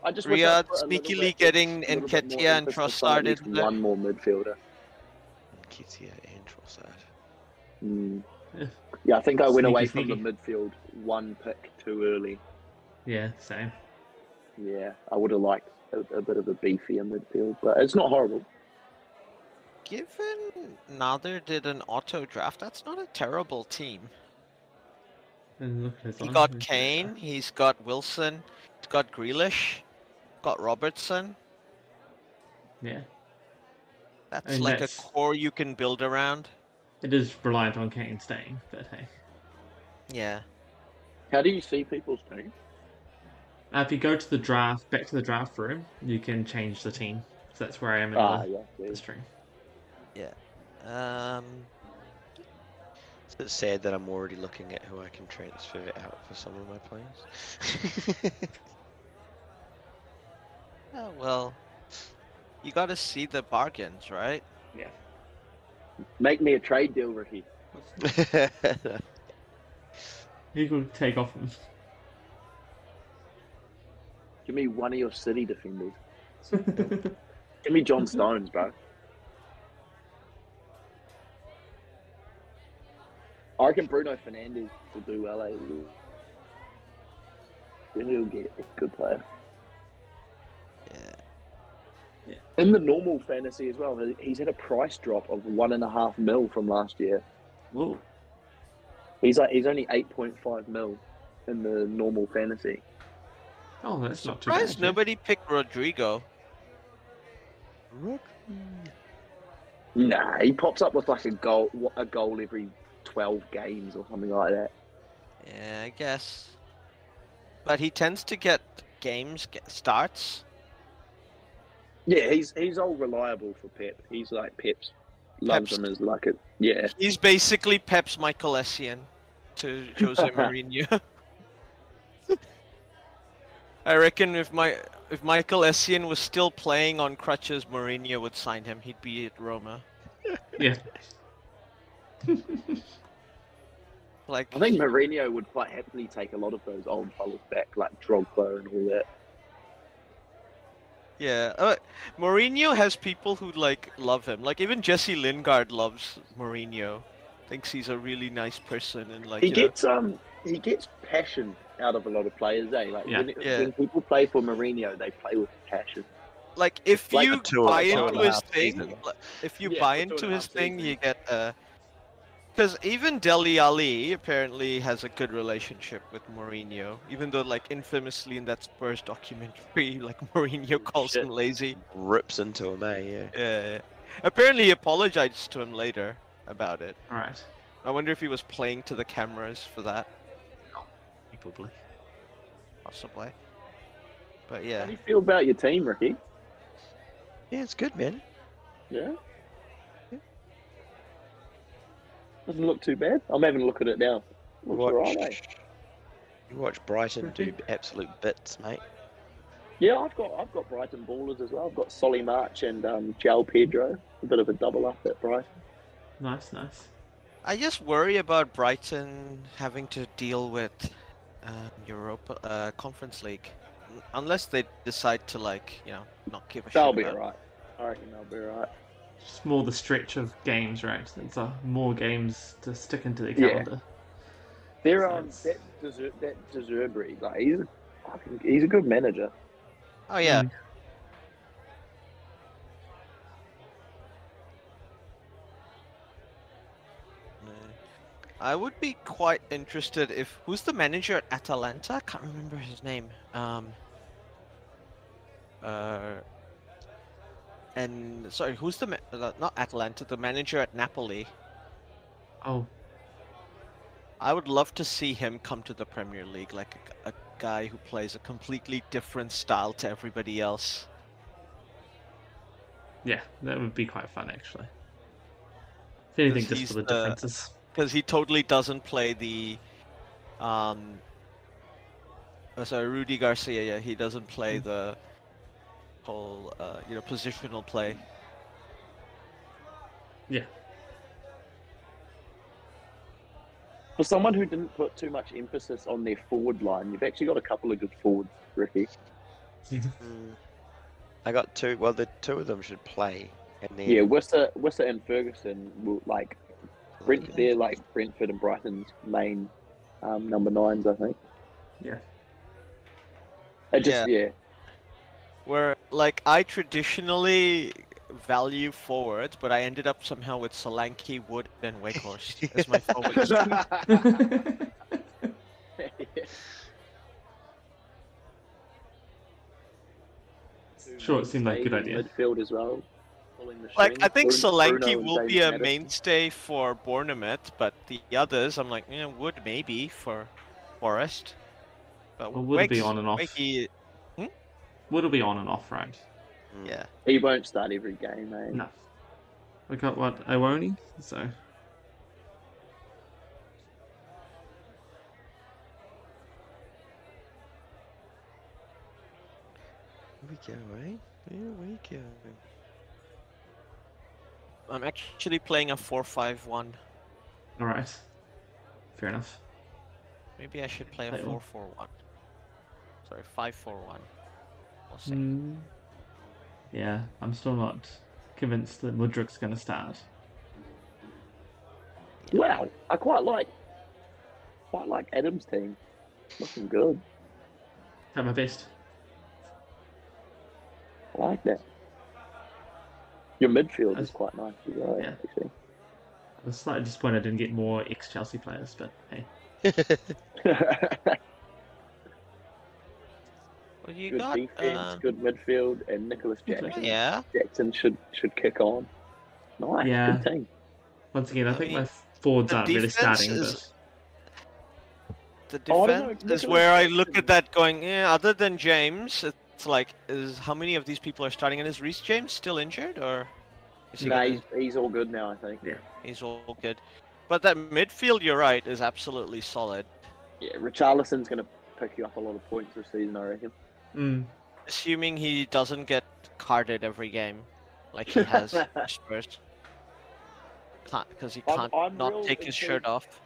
E: I, I just wish I'd
A: Riyadh
E: put a little
A: sneakily
E: bit-
A: getting
E: a little bit
A: Nketiah
E: more
A: and
E: emphasis on
A: Trossard
E: at least
A: in there.
E: One more midfielder.
D: Kitsia and Trossard.
E: Mm.
C: Yeah.
E: Yeah, I think I went
C: Sneaky,
E: away from the
C: sneaky.
E: midfield one pick too early.
C: Yeah, same.
E: Yeah, I would have liked a, a bit of a beefier midfield, but it's not horrible.
A: given Nather did an auto draft, that's not a terrible team.
C: And look at his
A: He
C: line.
A: got Kane, he's got Wilson, he's got Grealish, got Robertson.
C: Yeah.
A: That's
C: mean,
A: like
C: that's-
A: a core you can build around.
C: It is reliant on Kane staying, but hey.
A: Yeah.
E: How do you see people's team?
C: Uh, if you go to the draft, back to the draft room, you can change the team. So that's where I am in
E: Ah,
C: the,
E: yeah, yeah.
C: the stream.
A: Um
D: It's sad that I'm already looking at who I can transfer out for some of my players.
A: oh, well you gotta see the bargains, right?
E: Make me a trade deal, Ricky.
C: You could take off him.
E: Give me one of your city defenders. Give me John Stones, bro. I reckon Bruno Fernandez will do well. Eh? Then he'll get a good player.
A: Yeah.
E: In the normal fantasy as well, he- he's had a price drop of one and a half mil from last year.
C: Whoa.
E: He's like he's only eight point five mil in the normal fantasy.
C: Oh, that's not too bad.
A: Surprised nobody picked Rodrigo.
E: Nah, he pops up with like a goal, a goal every twelve games or something like that.
A: Yeah, I guess. But he tends to get games get starts.
E: Yeah, he's he's all reliable for Pep. He's like Pep's loves
A: Pep's-
E: him as like a yeah.
A: He's basically Pep's Michael Essien to Jose Mourinho. I reckon if my if Michael Essien was still playing on crutches, Mourinho would sign him. He'd be at Roma.
C: Yeah.
A: Like
E: I think Mourinho would quite happily take a lot of those old fellas back, like Drogba and all that.
A: yeah, uh, Mourinho has people who like love him. Like even Jesse Lingard loves Mourinho. Thinks he's a really nice person and like
E: He
A: you know-
E: gets um he gets passion out of a lot of players, eh? Like
C: Yeah.
E: when, it-
A: Yeah.
E: when people play for Mourinho, they play with passion.
A: like if
D: Like
A: you
D: two-
A: buy
E: two and a
A: into his
D: half
A: thing,
D: seasons.
A: li- if you
E: Yeah,
A: buy
E: for two
A: into
E: and a
A: his
E: half
A: thing, you
E: seasons.
A: get a. Because even Deli Ali apparently has a good relationship with Mourinho, even though like infamously in that Spurs documentary, like Mourinho calls
E: Oh, shit.
A: him lazy.
D: Rips into him, eh? Yeah.
A: Yeah. Apparently, he apologized to him later about it.
C: All right.
A: I wonder if he was playing to the cameras for that,
C: Probably.
A: possibly. But
E: How
A: yeah,
E: do you feel about your team, Ricky?
D: Yeah, it's good, man.
E: Yeah. Doesn't look too bad. I'm having a look at it now.
D: You
E: Looks alright,
D: watch,
E: eh?
D: you watch Brighton do absolute bits, mate.
E: Yeah, I've got I've got Brighton ballers as well. I've got Solly March and um, Jal Pedro. A bit of a double up at Brighton.
C: Nice, nice.
A: I just worry about Brighton having to deal with um, Europa uh, Conference League, N- unless they decide to like you know not give a
E: They'll
A: shit.
E: be
A: about-
E: alright. I reckon they'll be alright.
C: Just more the stretch of games, right? It's uh, more games to stick into their
E: Yeah.
C: calendar.
E: They're
C: So
E: um
C: it's-
E: that deser that Deserbury, like he's a fucking, he's a good manager.
A: Oh yeah,
C: Mm.
A: Mm. I would be quite interested if who's the manager at Atalanta? I can't remember his name. Um. Uh. And sorry, who's the ma- uh, not Atalanta? The manager at Napoli.
C: Oh,
A: I would love to see him come to the Premier League, like a, a guy who plays a completely different style to everybody else.
C: yeah. That would be quite fun, actually. If anything,
A: Because
C: just for the
A: he's the-
C: differences.
A: Because he totally doesn't play the.
C: Hmm.
A: Um, oh, sorry, Rudy Garcia, yeah, he doesn't play the whole uh, you know positional play.
E: For someone who didn't put too much emphasis on their forward line, you've actually got a couple of good forwards, Ricky.
D: I got two. Well, the two of them should play, and then
E: Yeah, Wissa, Wissa and Ferguson will like Brent, they're like Brentford and Brighton's main um, number nines, I think.
C: Yeah.
E: It just yeah.
A: Where like I traditionally value forwards, but I ended up somehow with Solanke, Wood, and Weghorst as my forwards.
C: Sure, it seemed like a good idea.
E: Midfield as well. pulling the
A: Like I
E: strings.
A: think
E: Bruno
A: Solanke
E: and
A: will
E: James
A: be a
E: Madison.
A: mainstay for Bournemouth, but the others I'm like, eh, Wood maybe for Forest. But
C: Well, Wood will be
A: Wakes-
C: on and off.
A: Wakey-
C: Wood will be on and off, right?
A: yeah.
E: He won't start every game, eh?
C: No. We got what Iwoni, so
D: Here we go, eh? Here we go.
A: I'm actually playing a four-five-one.
C: all right. Fair enough.
A: Maybe I should play a
C: Play it one.
A: four-four-one. Sorry, five-four-one. We'll see.
C: Mm. Yeah, I'm still not convinced that Mudrick's going to start.
E: Wow, I quite like quite like Adam's team. Looking good.
C: Try my best.
E: I like that. Your midfield
C: That's-
E: is quite nice as well,
C: yeah.
E: actually.
C: I was slightly disappointed I didn't get more ex-Chelsea players, but hey,
A: Well, you
E: good
A: got
E: defense,
A: um,
E: good midfield, and Nicholas
C: Nicholas.
E: Jackson.
A: yeah.
E: Jackson should should kick on. Nice,
C: Yeah.
E: good team.
C: once again, I
A: I
C: think
A: mean,
C: my forwards
A: the
C: aren't really
A: defense
C: starting.
A: is- The
E: Oh, I don't know,
A: defense
E: Nicholas
A: is where I look
E: Jackson.
A: at that going. Yeah, other than James, it's like, is how many of these people are starting? And is Reece James still injured, or is he
E: Nah,
A: gonna-
E: he's, he's all good now, I think.
A: he's all good? But that midfield, you're right, is absolutely solid.
E: Yeah, Richarlison's going to pick you up a lot of points this season, I reckon.
C: But mm,
A: Assuming he doesn't get carded every game, like he has Spurs, because he
E: I'm-
A: can't
E: I'm real
A: not take his shirt
E: intrigued.
A: off.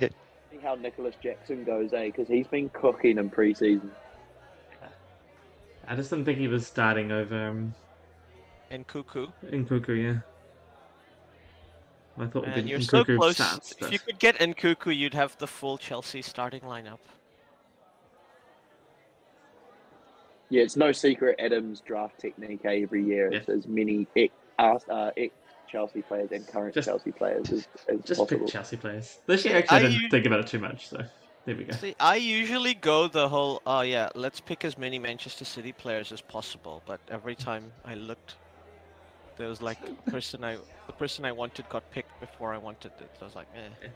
E: See how Nicholas Jackson goes, eh? Because he's been cooking in preseason.
C: I just didn't think he was starting over um,
A: And Cuckoo,
C: Nkunku, yeah. I thought
A: and
C: the
A: you're so
C: Nkunku
A: close.
C: starts,
A: if
C: but
A: you could get Nkuku, you'd have the full Chelsea starting lineup.
E: Yeah, it's no secret Adam's draft technique eh, every year. It's as many ex, uh, ex Chelsea players and current
C: Just-
E: Chelsea players as, as
C: just
E: possible.
C: pick Chelsea players. This year, actually, I
A: I
C: didn't
A: u-
C: think about it too much, so there we go.
A: See, I usually go the whole, oh yeah, let's pick as many Manchester City players as possible. But every time I looked, there was like the person I, the person I wanted got picked before I wanted it. So I was like, eh.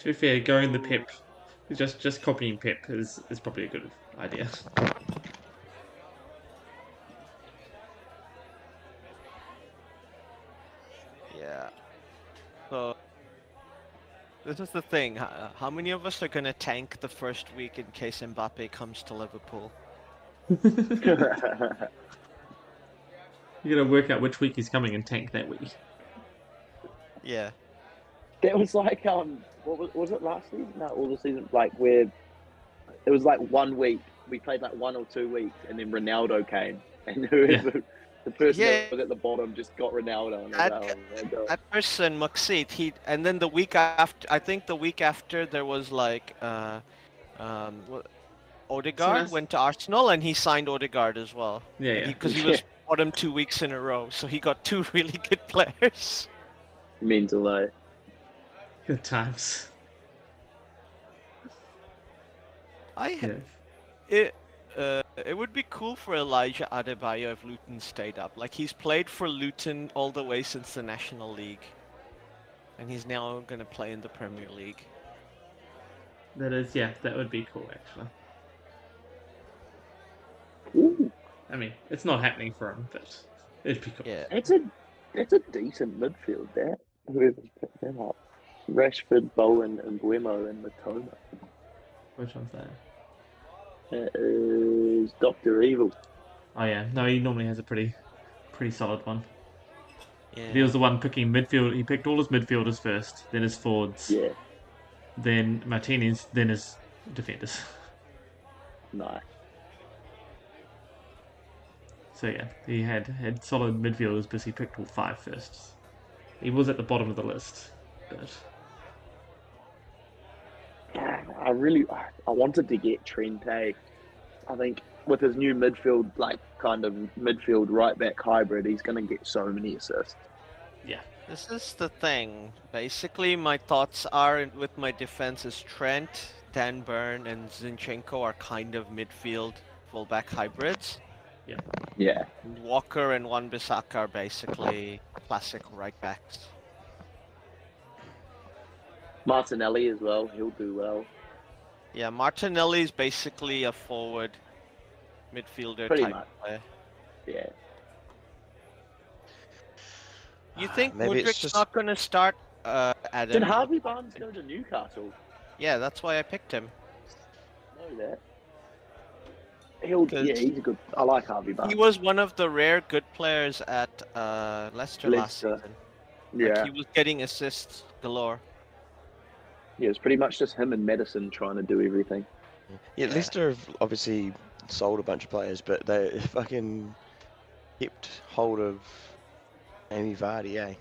C: To be fair, going the Pep, just just copying Pep is, is probably a good idea.
A: Yeah. So this is the thing. h- How many of us are gonna tank the first week in case Mbappe comes to Liverpool?
C: You gotta work out which week he's coming and tank that week.
A: Yeah.
E: that was like, um, what was, was it last season? No, all the season, like where it was like one week. We played like one or two weeks, and then Ronaldo came, and whoever the person
A: Yeah.
E: that was at the bottom just got Ronaldo. And I
A: That-
E: was like, oh, my God.
A: That person, Maxit, he, and then the week after, I think the week after there was like, uh, um, wha- Odegaard
C: that's-
A: went to Arsenal and he signed Odegaard as well
C: Yeah, yeah.
A: because he was bottom two weeks in a row, so he got two really good players.
E: mental eh? though.
C: Good times.
A: I
C: Yeah.
A: it uh, it would be cool for Elijah Adebayo if Luton stayed up. Like he's played for Luton all the way since the National League, and he's now going to play in the Premier League.
C: That is, yeah, that would be cool, actually.
E: Ooh,
C: I mean, it's not happening for him, but it'd be cool.
A: Yeah.
E: that's a that's a decent midfield. That whoever's picked them up, Rashford, Bowen, and Buemo and Matoma.
C: Which one's that?
E: It is Doctor Evil.
C: Oh yeah, no, he normally has a pretty, pretty solid one.
A: Yeah.
C: He was the one picking midfield. He picked all his midfielders first, then his forwards,
E: Yeah,
C: then Martinez, then his defenders.
E: nice.
C: So yeah, he had had solid midfielders, but he picked all five firsts. He was at the bottom of the list, but
E: Damn, I really I- I wanted to get Trente. I think with his new midfield, like kind of midfield right back hybrid, he's going to get so many assists.
A: This is the thing. Basically, my thoughts are in- with my defense is Trent, Dan Burn, and Zinchenko are kind of midfield fullback hybrids.
E: Yeah,
A: And Walker and Wan Bissaka are basically classic right backs.
E: Martinelli as well. He'll do well.
A: Yeah, Martinelli is basically a forward midfielder
E: Pretty
A: type
E: much.
A: player.
E: Yeah,
A: You
D: Ah,
A: think
D: maybe it's
A: Mudrik's
D: just-
A: not going to start? Uh, Adam.
E: Did Harvey Barnes go to Newcastle?
A: Yeah, that's why I picked him.
E: Know that. He'll,
A: Good.
E: yeah, he's a good. I like Harvey Barnes.
A: He was one of the rare good players at uh, Leicester, last
E: Leicester.
A: season. Like,
E: yeah,
A: he was getting assists galore.
E: yeah, it's pretty much just him and Madison trying to do everything.
D: Yeah,
A: Yeah.
D: Leicester have obviously sold a bunch of players, but they fucking kept hold of Amy Vardy, eh?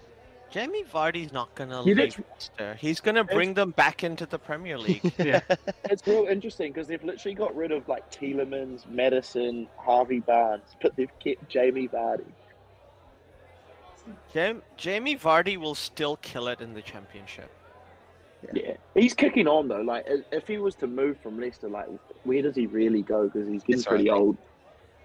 A: Jamie Vardy's not gonna
E: Yeah,
A: leave
E: that's-
A: Leicester. He's gonna bring them back into the Premier League.
E: It's real interesting because they've literally got rid of like Telemans, Madison, Harvey Barnes, but they've kept Jamie Vardy.
A: Jam- Jamie Vardy will still kill it in the Championship.
E: Yeah, he's kicking on though. Like, i- if he was to move from Leicester, like, where does he really go? Because he's getting
D: That's what I
E: pretty
D: think.
E: old.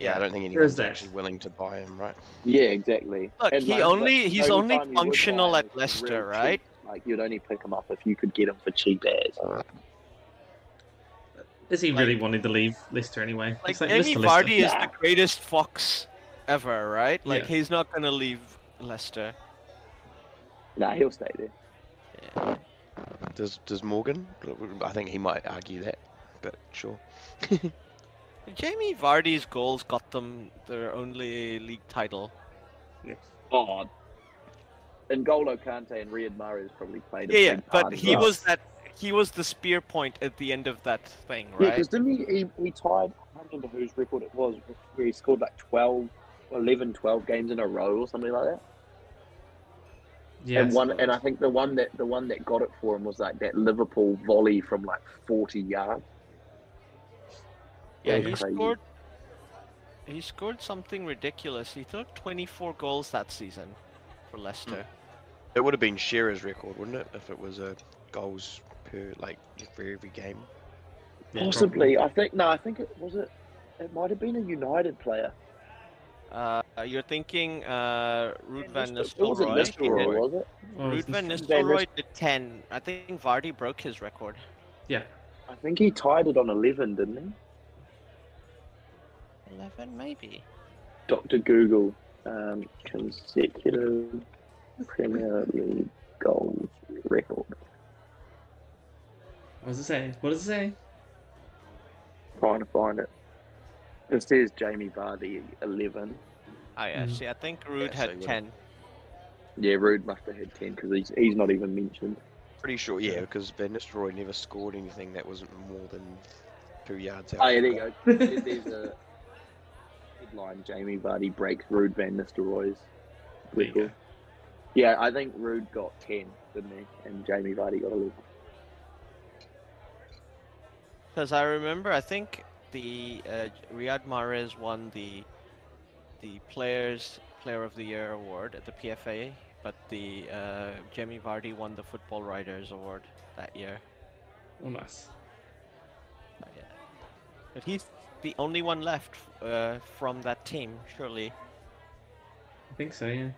D: Yeah, I don't think
C: There is
D: anyone's
C: that.
D: actually willing to buy him, right?
E: Yeah, exactly.
A: Look,
E: And,
A: he
E: like, the
A: only he's
E: only
A: only
E: time you would buy
A: functional
E: him
A: at
E: is
A: Leicester,
E: real cheap.
A: right?
E: Like, you'd only pick him up if you could get him for cheap as.
C: is he
A: Like-
C: really wanted to leave Leicester anyway?
A: Like,
C: It's
A: Jamie
C: Mr. Leicester.
A: Vardy is
E: Yeah.
A: the greatest fox ever, right? Like
C: Yeah.
A: he's not gonna leave Leicester.
E: Nah, he'll stay there.
D: Does does Morgan? I think he might argue that, but sure.
A: Jamie Vardy's goals got them their only league title.
E: Odd. And Golo Kante and Riyad Mahrez probably played. a
A: Yeah, yeah,
E: big part
A: but
E: as
A: he
E: well.
A: was that he was the spear point at the end of that thing,
E: Yeah,
A: right?
E: because didn't he, he, he tied, I can't remember whose record it was, where he scored like 12, 11, 12 games in a row or something like that.
C: Yeah,
E: and one, and I think the one that the one that got it for him was like that Liverpool volley from like 40 yards.
A: Yeah,
E: That was
A: he
E: crazy.
A: scored. He scored something ridiculous. He took 24 goals that season for Leicester.
D: It would have been Shearer's record, wouldn't it, if it was a goals per like for every game?
C: Yeah,
E: Possibly, I think. No, I think it was it. It might have been a United player.
A: Uh, you're thinking uh, Ruud van
E: It wasn't
A: Nistelrooy. He
E: Nistelrooy,
A: did-
E: was it?
C: probably. Or
A: Ruud
C: is
A: van
C: this-
E: Van
A: Nistelrooy did 10. I think Vardy broke his record.
E: I think he tied it on 11, didn't he?
A: 11, maybe.
E: Doctor Google um, consecutive Premier League goals record.
C: what does it say? What does it say?
E: Trying to find it. It says Jamie Vardy 11.
A: Oh, yeah.
C: Mm.
A: See, I think Ruud
D: so
A: had
D: he would've-
A: 10.
E: Yeah, Rude must have had 10 because he's, he's not even mentioned.
D: Pretty sure, yeah, because Van Nistelrooy never scored anything that wasn't more than two yards out.
E: Oh, yeah,
D: from
E: there you go.
D: goal.
E: There- There's a headline Jamie Vardy breaks Rude Van Nistelrooy's
C: There you go.
E: record. Yeah, I think Rude got 10, didn't he? And Jamie Vardy got 11.
A: Because I remember, I think the uh, Riyad Mahrez won the the Players Player of the Year award at the PFA, but the uh, Jamie Vardy won the Football Writers Award that year.
C: Oh, nice.
A: But he's the only one left uh, from that team, surely.
C: I think so. Yeah.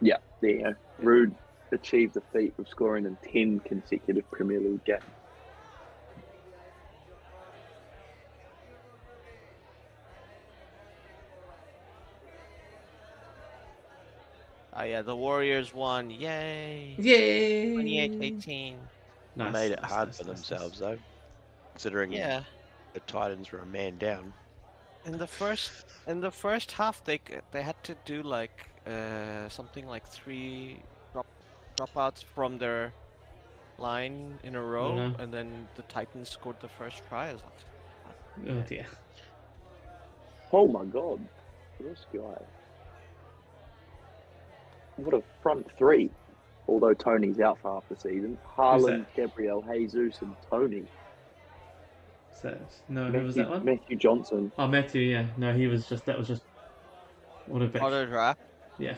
E: Yeah, there you go. Rude achieved the feat of scoring in 10 consecutive Premier League games.
A: Oh yeah, the Warriors won. Yay.
C: Yay!
A: 28-18.
C: Nice,
D: made it
C: nice,
D: hard
C: nice,
D: for
C: nice, nice.
D: themselves though, considering
A: Yeah.
D: the Titans were a man down.
A: In the first in the first half they c- they had to do like uh something like 3 drop dropouts from their line in a row
C: no.
A: and then the Titans scored the first try. I was like,
C: Oh dear.
E: Oh my god. This guy. What a front three. Although Tony's out for half the season. Harlan, Gabriel, Jesus, and Tony.
C: Is that- no, who was that one?
E: Matthew Johnson.
C: Oh, Matthew. Yeah, no, he was just that was just automatic.
A: Auto draft.
C: Yeah,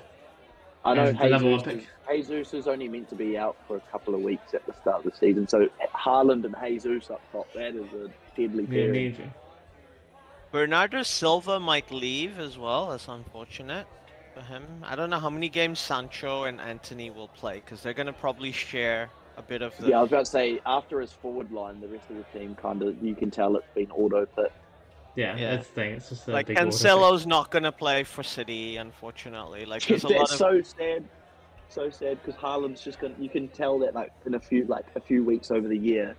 E: I know
C: Yeah, the number one
E: Jesus, is,
C: pick.
E: Jesus is only meant to be out for a couple of weeks at the start of the season. So Haaland and Jesus up top, that is a deadly
C: yeah,
E: pairing.
C: Andrew.
A: Bernardo Silva might leave as well. That's unfortunate for him. I don't know how many games Sancho and Anthony will play because they're gonna probably share a bit of the.
E: Yeah, I was about to say, after his forward line, the rest of the team kind of, you can tell it's been auto pit.
C: Yeah,
A: Yeah.
C: that's the thing. It's just a
A: like
C: big auto pick.
A: Cancelo's not gonna play for City, unfortunately. Like there's
E: That's
A: a lot of
E: so sad. So sad because Haaland's just gonna. You can tell that like in a few like a few weeks over the year,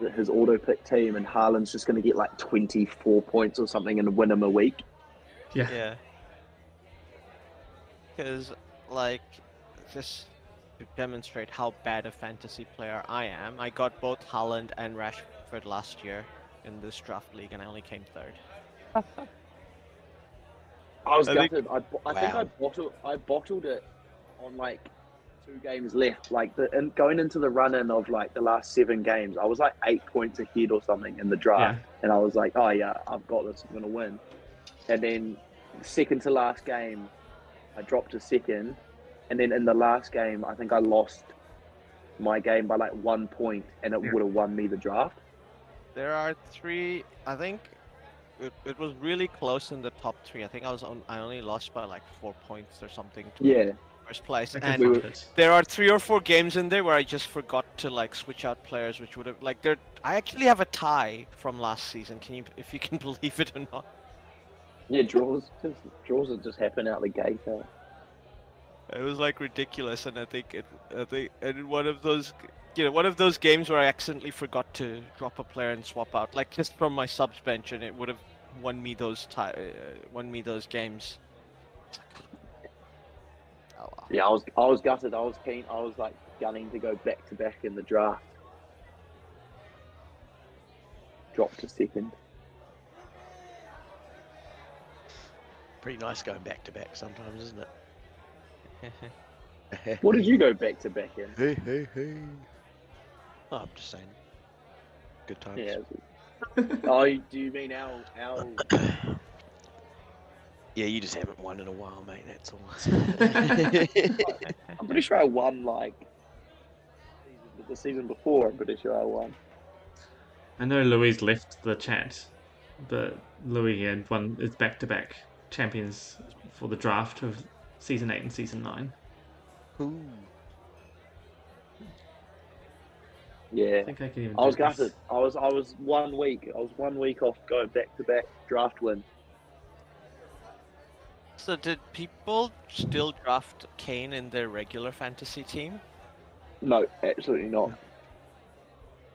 E: that his auto pick team and Haaland's just gonna get like twenty four points or something and win him a week.
C: Yeah.
A: yeah. Because like just to demonstrate how bad a fantasy player I am, I got both Haaland and Rashford last year in this draft league, and I only came third.
E: I was
A: I think-
E: gutted. I, bo- I think I
D: Wow.
E: bottled. I bottled it on like two games left. Like the and going into the run in of like the last seven games, I was like eight points ahead or something in the
C: Yeah.
E: draft, and I was like, oh yeah, I've got this. I'm gonna win. And then second to last game, I dropped a second, and then in the last game, I think I lost my game by like one point, and it
C: Yeah.
E: would have won me the draft.
A: There are three. I think it, it was really close in the top three. I think I was on, I only lost by like four points or something to
E: Yeah,
A: first place.
C: I can
A: And
E: we were-
C: find it.
A: there are three or four games in there where I just forgot to like switch out players, which would have like there. I actually have a tie from last season. Can you, if you can believe it or not?
E: yeah, draws, just, draws that just happen out the gate. huh?
A: It was like ridiculous, and I think it. I think and one of those. You know, one of those games where I accidentally forgot to drop a player and swap out, like just from my subs bench, and it would have won me those tie, uh, won me those games. Oh, well.
E: Yeah, I was I was gutted. I was keen. I was like gunning to go back to back in the draft. Dropped a second.
D: Pretty nice going back to back sometimes, isn't it?
E: What did you go back to back in?
D: Hey, hey, hey. Oh, I'm just saying. Good times.
E: Yeah. oh, you- do you mean our our?
D: Yeah, you just haven't won in a while, mate. That's all.
E: I'm pretty sure I won like season- the season before. I'm pretty sure I won.
C: I know Louis left the chat, but Louis had won is back to back champions for the draft of season eight and season nine.
D: Ooh.
E: Yeah.
C: I think I can even.
E: I was
C: do this.
E: gutted. I was I was one week. I was one week off going back to back draft win.
A: So did people still draft Kane in their regular fantasy team?
E: No, absolutely not.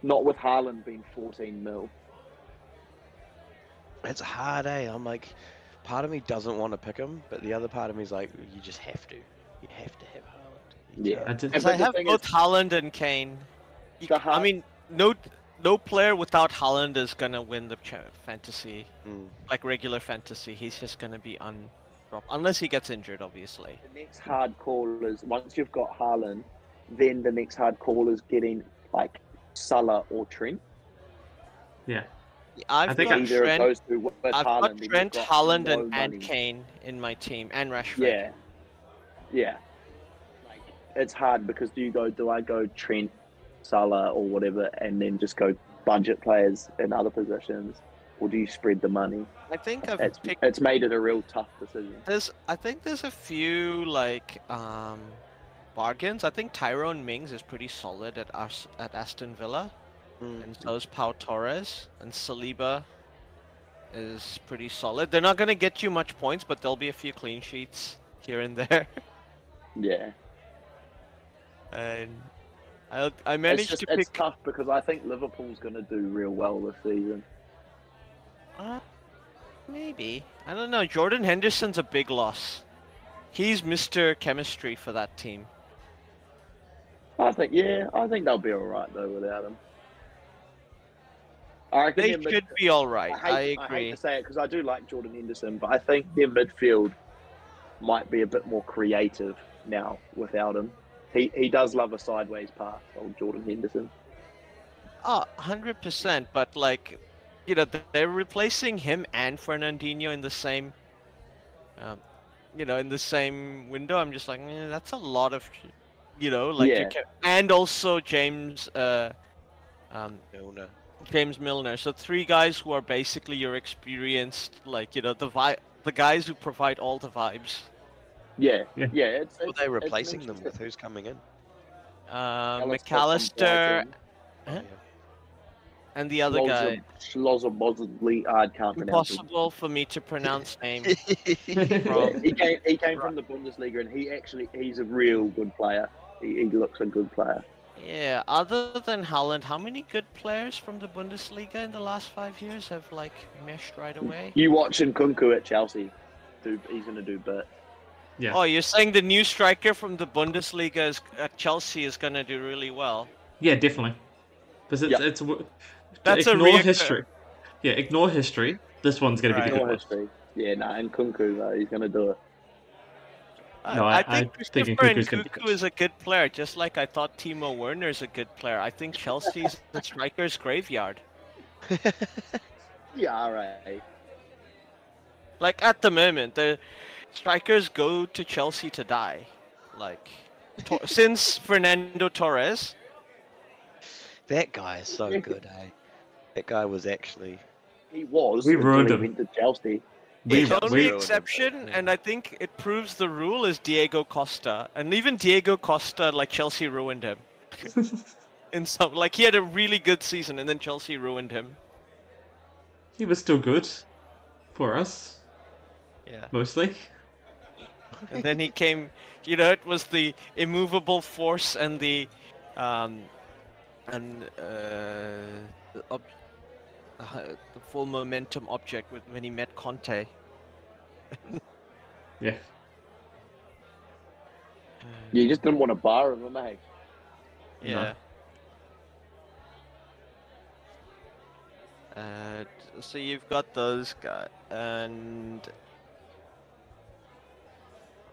E: Not with Haaland being 14 mil.
D: It's hard, eh? I'm like, part of me doesn't want to pick him, but the other part of me is like, you just have to. You have to have Haaland. You
E: Yeah.
C: I did,
E: And
A: Because I
E: but the
A: have
E: thing
A: both
E: is-
A: Holland and Kane. You
E: The
A: c- I
E: Haaland-
A: mean, no, no player without Holland is gonna win the cha- fantasy,
D: can't. Mm.
A: like regular fantasy. He's just gonna be un, unless he gets injured, obviously.
E: The next hard call is once you've got Haaland, then the next hard call is getting like Salah or Trent.
A: I've
C: think
A: got
C: I-
E: Either
A: Trent,
E: of those two with
A: I've
E: Haaland.
A: got
E: then you've
A: Trent,
E: got
A: Holland,
E: no
A: and, and
E: money.
A: Kane in my team, and Rashford.
E: Yeah, yeah. Like it's hard because do you go? Do I go Trent, Salah, or whatever, and then just go budget players in other positions, or do you spread the money?
A: I think I've
E: It's,
A: picked
E: it's made it a real tough decision.
A: There's, I think there's a few like um, bargains. I think Tyrone Mings is pretty solid at us at Aston Villa,
D: Mm.
A: and so is Pau Torres, and Saliba is pretty solid. They're not gonna get you much points, but there'll be a few clean sheets here and there.
E: Yeah.
A: and I I
E: It's,
A: managed
E: just,
A: to pick
E: it's tough because I think Liverpool's going to do real well this season.
A: Uh, maybe. I don't know. Jordan Henderson's a big loss. He's Mr. Chemistry for that team.
E: I think, yeah, I think they'll be all right though without him. I reckon
A: They
E: their mid-
A: should be all right. I,
E: hate, hate
A: agree.
E: to say it because I do like Jordan Henderson, but I think their midfield might be a bit more creative now without him. He he does love a sideways pass, old Jordan Henderson.
A: Oh, 100%. But, like, you know, th- they're replacing him and Fernandinho in the same, um, you know, in the same window. I'm just like, eh, that's a lot of, you know, like,
E: Yeah.
A: you can- and also James, uh, um,
D: Milner.
A: James Milner. So three guys who are basically your experienced, like you know, the vi- the guys who provide all the vibes.
E: Yeah, yeah.
C: Yeah.
E: it's,
D: Who are
E: it's-
D: they
E: it's
D: replacing them
E: interesting.
D: with? Who's coming in?
A: Uh,
E: Alex
A: McAllister
E: Hoffman-Brighton,
D: Oh,
A: Huh?
D: yeah.
A: and the other guy.
E: Schlozem- Schlozemozley- I can't pronounce his
A: Impossible for me to pronounce name.
E: Yeah,
A: Bro.
E: he came, he came from the Bundesliga, and he actually he's a real good player. He, he looks a good player.
A: yeah. Other than Holland, how many good players from the Bundesliga in the last five years have like meshed right away?
E: You watching Kunku at Chelsea? Do he's gonna do bit?
C: Yeah.
A: Oh, you're saying the new striker from the Bundesliga is, at Chelsea is gonna do really well?
C: Yeah, definitely. Because it's, it's w- to
A: That's a
C: ignore
A: reoccur-
C: history. Yeah, ignore history. This one's going to
A: Right.
C: be the
E: Ignore
C: good one.
E: history. Yeah, nah, and Kunku though, he's gonna do it.
C: No,
A: I,
C: I-
A: I think
C: I think
A: Christopher
C: Nkunku's gonna be
A: Nkunku
C: good.
A: is a good player, just like I thought Timo Werner's a good player. I think Chelsea's the striker's graveyard.
E: Yeah, all right.
A: Like at the moment, the strikers go to Chelsea to die. Like to- since Fernando Torres,
D: That guy is so good, eh? That guy was actually.
E: He was.
C: We
E: until
C: ruined
E: he
C: him.
E: Went to Chelsea.
C: We,
A: the only
C: we,
A: exception, and I think it proves the rule is Diego Costa. And even Diego Costa, like Chelsea ruined him. In some, like he had a really good season, and then Chelsea ruined him.
C: he was still good for us,
A: Yeah.
C: mostly.
A: and then he came you know it was the immovable force and the um and uh the, ob- uh, the full momentum object with, when he met conte
C: Yeah.
E: You just didn't want to bar him, eh?
A: yeah Uh, so you've got those guys, and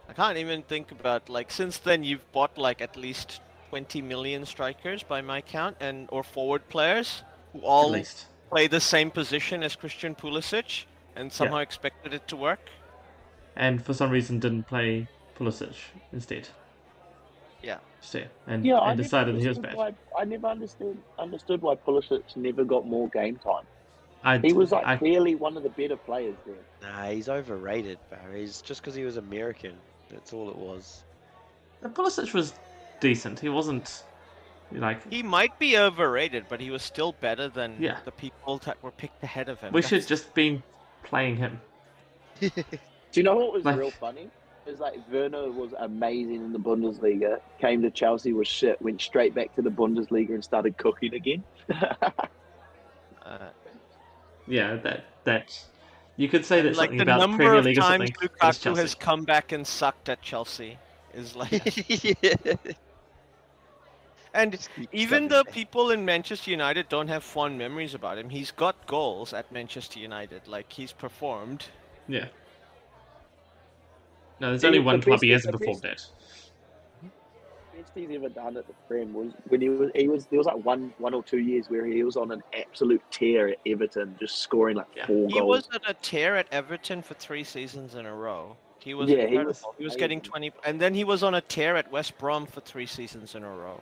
A: I can't even think about like since then you've bought like at least 20 million strikers by my count, and or forward players who
C: At
A: all
C: least.
A: play the same position as Christian Pulisic, and somehow expected it to work.
C: And for some reason didn't play Pulisic instead.
A: Yeah.
C: Just, yeah. And,
E: Yeah,
C: and decided he was bad.
E: Why, I never understood understood why Pulisic never got more game time.
C: I,
E: He was like
C: I,
E: clearly one of the better players there.
D: Nah, he's overrated, bro. He's just because he was American. That's all it was.
C: Pulisic was decent. He wasn't like
A: He might be overrated, but he was still better than
C: Yeah.
A: the people that were picked ahead of him.
C: we
A: That's-
C: should just been playing him.
E: Do you know what was
C: Like-
E: real funny? Is like Werner was amazing in the Bundesliga, came to Chelsea was shit, went straight back to the Bundesliga and started cooking again.
A: uh,
C: Yeah, that that you could say that
A: like
C: something
A: the
C: about
A: number
C: Premier
A: of
C: League or
A: times
C: something. against
A: Lukaku has
C: Chelsea.
A: come back and sucked at Chelsea is like, and even though people in Manchester United don't have fond memories about him, he's got goals at Manchester United. Like he's performed.
C: Yeah. No, there's
E: He
C: only
E: was
C: one
E: the
C: club
E: best-
C: he hasn't
E: the
C: performed at.
E: Best he's ever done at the Prem was when he was he was there was like one one or two years where he was on an absolute tear at Everton, just scoring like
C: Yeah.
E: four
A: He was
E: goals.
A: at a tear at Everton for three seasons in a row. He was
E: Yeah, he was
A: incredible. He was, getting
E: amazing.
A: 20, and then he was on a tear at West Brom for three seasons in a row.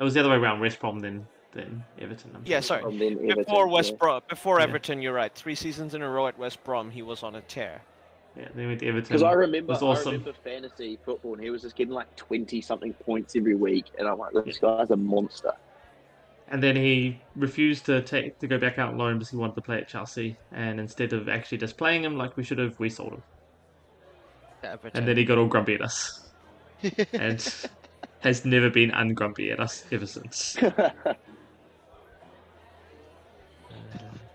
C: It was the other way around, West Brom then then Everton. I'm
A: Yeah,
C: pretty
A: sorry.
E: And then Everton,
A: Before West
E: Oh, yeah.
A: Brom, before
C: Yeah.
A: Everton, you're right. Three seasons in a row at West Brom, he was on a tear.
C: sure. Yeah, then went to Everton.
E: Because I remember,
C: was awesome.
E: I remember fantasy football, and he was just getting like twenty something points every week, and I'm like, this guy's a monster.
C: And then he refused to take to go back out on loan because he wanted to play at Chelsea. And instead of actually just playing him like we should have, we sold him. and then he got all grumpy at us, and has never been ungrumpy at us ever since.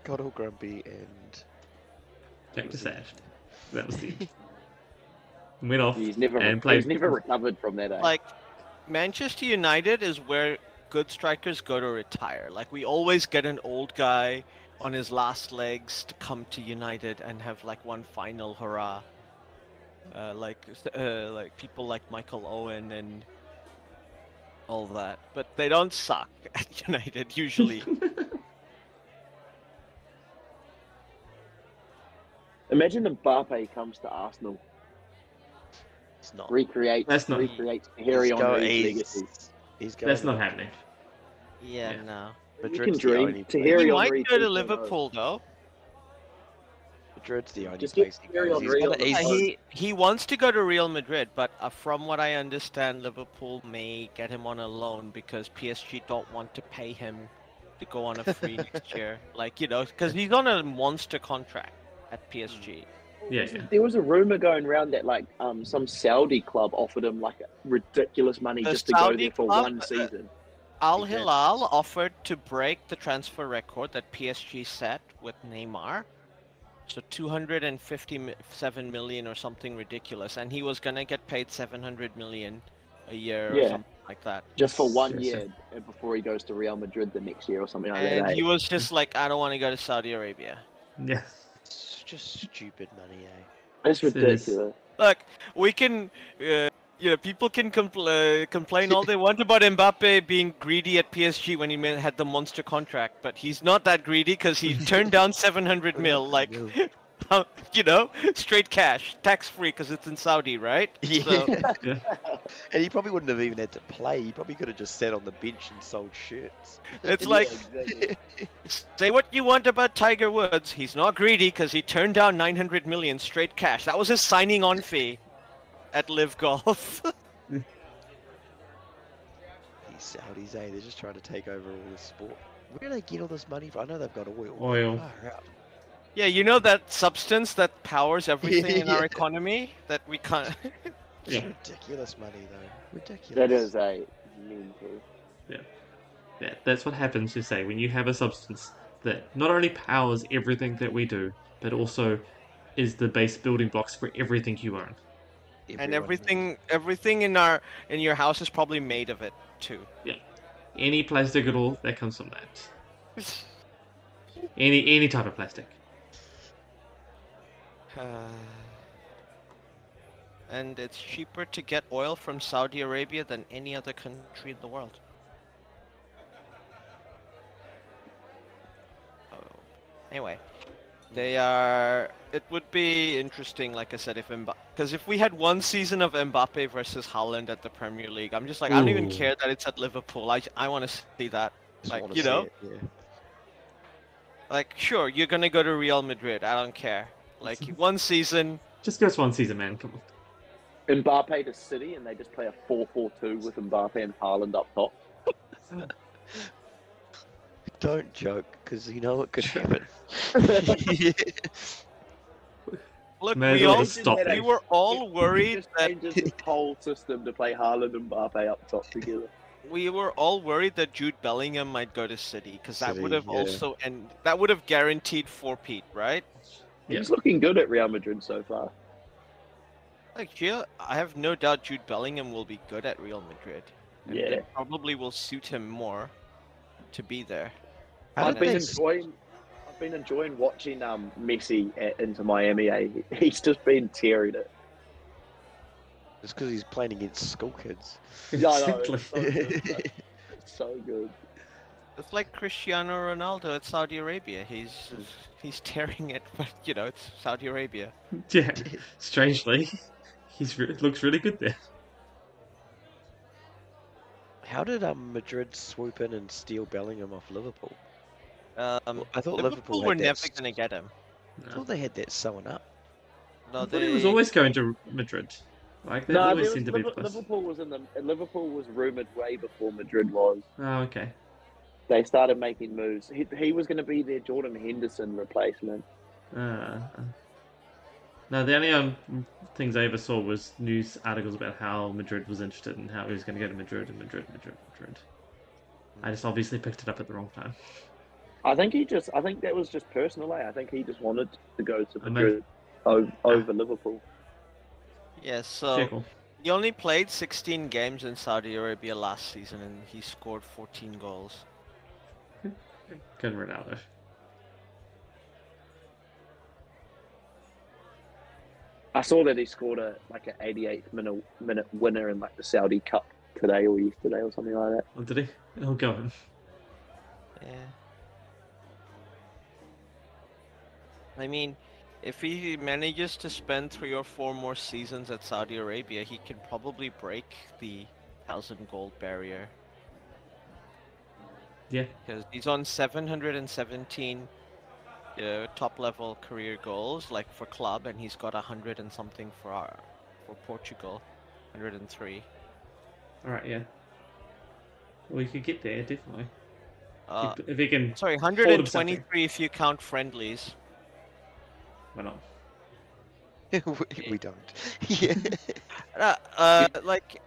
D: Got all grumpy and
C: That was that. That was the went off
E: he's never
C: and played.
E: he's never recovered from that. Eh?
A: like Manchester United is where good strikers go to retire. Like we always get an old guy on his last legs to come to United and have like one final hurrah. Uh, like uh, like people like Michael Owen and all that, but they don't suck at United usually.
E: Imagine Mbappe comes to Arsenal,
D: it's not.
E: recreates
C: That's not-
E: recreates Harry
D: he's go-
E: Henry's
D: he's-
E: legacy.
D: he's going
C: That's
D: to
C: not happening.
A: yeah,
C: Yeah.
A: no.
E: You
D: Madrid's
E: can
D: the
E: dream. To
D: only place.
E: Harry
A: He
E: Henry
A: might go to
E: 2.0.
A: Liverpool though.
D: Madrid's the only
E: Just
D: place he
E: get Harry
D: goes. He's
E: Henry
D: gonna-
E: on the
D: he's-
A: Yeah,
E: Oh.
A: he he wants to go to Real Madrid, but uh, from what I understand, Liverpool may get him on a loan because PSG don't want to pay him to go on a free next year. Like you know, because he's on a monster contract at PSG.
C: Yeah, yeah.
E: There was a rumor going around that like um some Saudi club offered him like ridiculous money
A: The
E: just to go
A: Saudi
E: there for
A: club?
E: one season.
A: Al
D: He did.
A: Hilal offered to break the transfer record that PSG set with Neymar. So 257 million or something ridiculous, and he was gonna get paid 700 million a year or
E: Yeah.
A: something like that.
E: Just for one
C: Yes, sir.
E: year uh, before he goes to Real Madrid the next year or something like
A: And
E: that.
A: he
E: eh?
A: was just like, I don't want to go to Saudi Arabia.
C: Yeah.
D: It's just stupid money, eh?
E: That's
C: It is.
E: ridiculous.
A: Look, we can, uh, you know, people can compl- uh, complain all they want about Mbappe being greedy at PSG when he ma- had the monster contract, but he's not that greedy because he turned down 700 mil, like, you know, straight cash, tax free because it's in Saudi, right?
D: Yeah.
C: Yeah.
D: and he probably wouldn't have even had to play. He probably could have just sat on the bench and sold shirts.
A: It's like, say what you want about Tiger Woods, he's not greedy because he turned down 900 million straight cash. That was his signing on fee at Live Golf.
D: These Saudis, eh? They're just trying to take over all the sport. Where do they get all this money from? I know they've got oil.
C: Oil.
D: Far out.
A: Yeah, you know that substance that powers everything in
D: Yeah.
A: our economy that we can't.
D: It's
C: Yeah.
D: ridiculous money, though. Ridiculous.
E: That is a mental.
C: Yeah, that's what happens, you say, when you have a substance that not only powers everything that we do, but also is the base building blocks for everything you own.
A: and
D: Everyone knows.
A: everything, everything in our in your house is probably made of it too.
C: Any plastic at all that comes from that. Any any type of plastic.
A: Uh, and it's cheaper to get oil from Saudi Arabia than any other country in the world. Oh. Anyway, they are. It would be interesting, like I said, if Mbappe. Because if we had one season of Mbappe versus Holland at the Premier League, I'm just like, I don't even
C: Ooh.
A: care that it's at Liverpool. I, I want to see that.
D: Just
A: like,
D: wanna
A: you
D: see
A: know?
D: it, yeah.
A: Like, sure, you're going to go to Real Madrid. I don't care. Like, one season.
C: Just give us one season, man. Come on.
E: Mbappe to City and they just play a 4-4-2 with Mbappe and Haaland up top.
D: Don't joke, because you know it could happen.
A: Look,
C: Man,
A: we
C: look at
A: all
C: this stop
A: we
C: thing.
A: were all
E: It
A: worried
E: just
A: that
E: changes the whole system to play Haaland and Mbappe up top together.
A: we were all worried that Jude Bellingham might go to City because that would
D: City,
A: have
D: yeah.
A: also and that would have guaranteed four Pete, right?
C: Yeah.
E: He's looking good at Real Madrid so far.
A: Like, Gio, I have no doubt Jude Bellingham will be good at Real Madrid. and
E: Yeah.
A: it probably will suit him more to be there.
D: How
E: I've
D: did
E: been
D: they
E: enjoying. I've been enjoying watching um, Messi at Inter Miami. eh? He's just been tearing it.
D: It's because he's playing against school kids.
E: Yeah, I know,
C: Exactly.
E: it's so good, like, it's so good.
A: It's like Cristiano Ronaldo at Saudi Arabia. He's
D: Hmm.
A: he's tearing it, but you know it's Saudi Arabia.
C: Yeah. Strangely, he's re- looks really good there.
D: How did um, Madrid swoop in and steal Bellingham off Liverpool?
A: Um,
D: I
A: Liverpool
D: thought Liverpool,
A: were
D: had that
A: never
D: s-
A: gonna get him.
D: I thought they had that sewn up.
A: No,
C: I thought he was
A: they-
C: always going to Madrid. Like they
E: No, there
C: always
E: was,
C: seem to be.
E: Liver-
C: close.
E: Liverpool was in the Liverpool was rumored way before Madrid was.
C: Oh, okay.
E: They started making moves.
F: Uh,
E: He, he was going to be their Jordan Henderson replacement.
C: Uh, No, the only um, things I ever saw was news articles about how Madrid was interested and how he was going to go to Madrid and Madrid, Madrid, Madrid. I just obviously picked it up at the wrong time.
E: I think he just. I think that was just personal. Eh? I think he just wanted to go to
C: I mean-
E: Madrid over, over Liverpool.
A: Yeah, so
C: Check all.
A: he only played 16 games in Saudi Arabia last season and he scored 14 goals.
C: Good Ronaldo.
E: I saw that he scored a like an 88th minute minute winner in like the Saudi Cup today or yesterday or something like that.
C: Oh, did he? Oh, go on.
A: Yeah. I mean, if he manages to spend three or four more seasons at Saudi Arabia, he can probably break the thousand goal barrier
C: Yeah.
A: because he's on 717 uh, top level career goals, like for club, and he's got a hundred and something for our, for Portugal, 103.
C: All right. Yeah. Well, you could get there definitely
A: Uh,
C: if, if he can.
A: sorry,
C: something.
A: 123 if you count friendlies.
C: Why not?
D: we, we don't. yeah.
A: Uh, uh, like,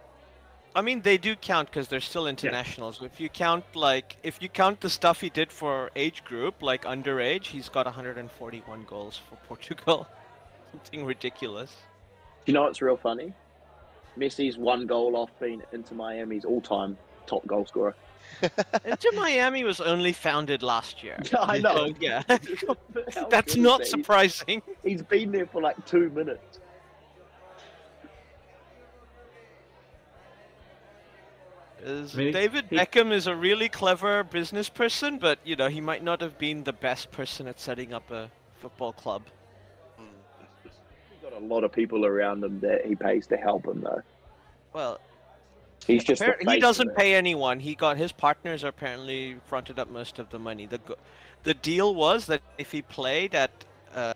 A: I mean, they do count because they're still internationals. If you count like, if you count the stuff he did for age group, like underage, he's got 141 goals for Portugal. Something ridiculous.
E: Do you know what's real funny? Messi's one goal off being into Miami's all-time top goal scorer.
A: Inter Miami was only founded last year.
E: Yeah, I know.
A: So, yeah,
E: How
A: that's
E: good is
A: not
E: that?
A: surprising.
E: He's been there for like two minutes.
A: Is-
C: I mean,
A: David
C: he-
A: Beckham is a really clever business person, but you know he might not have been the best person at setting up a football club.
E: He's got a lot of people around him that he pays to help him though.
A: Well,
E: He's just the
A: Appar-
E: face
A: he
E: of
A: doesn't
E: it.
A: pay anyone. He got his partners apparently fronted up most of the money. The go- the deal was that if he played at uh,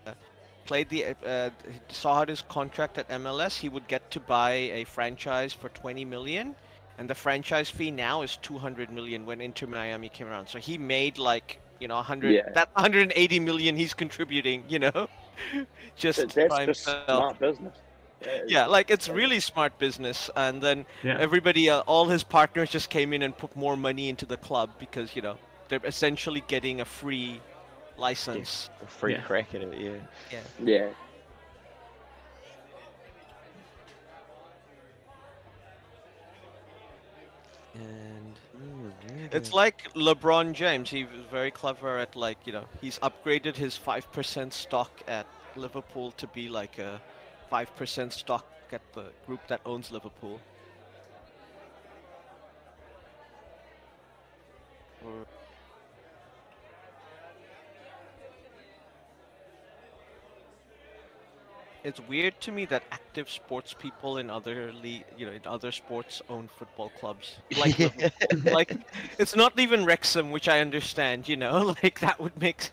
A: played the uh, he saw out his contract at MLS, he would get to buy a franchise for 20 million, and the franchise fee now is 200 million when Inter Miami came around. So he made like you know 100
E: Yeah.
A: that 180 million he's contributing. You know, just
E: That's
A: by
E: just
A: himself.
E: smart business.
A: Yeah, like it's really smart business, and then
C: Yeah.
A: everybody uh, all his partners just came in and put more money into the club because you know they're essentially getting a free license
D: A Free
C: Yeah.
D: crack at it, yeah.
E: Yeah.
A: and it's like lebron james he was very clever at like you know he's upgraded his 5% stock at liverpool to be like a 5% stock at the group that owns liverpool Or- it's weird to me that active sports people in other league, you know, in other sports own football clubs. Like, the- like it's not even Wrexham, which I understand. You know, like that would make,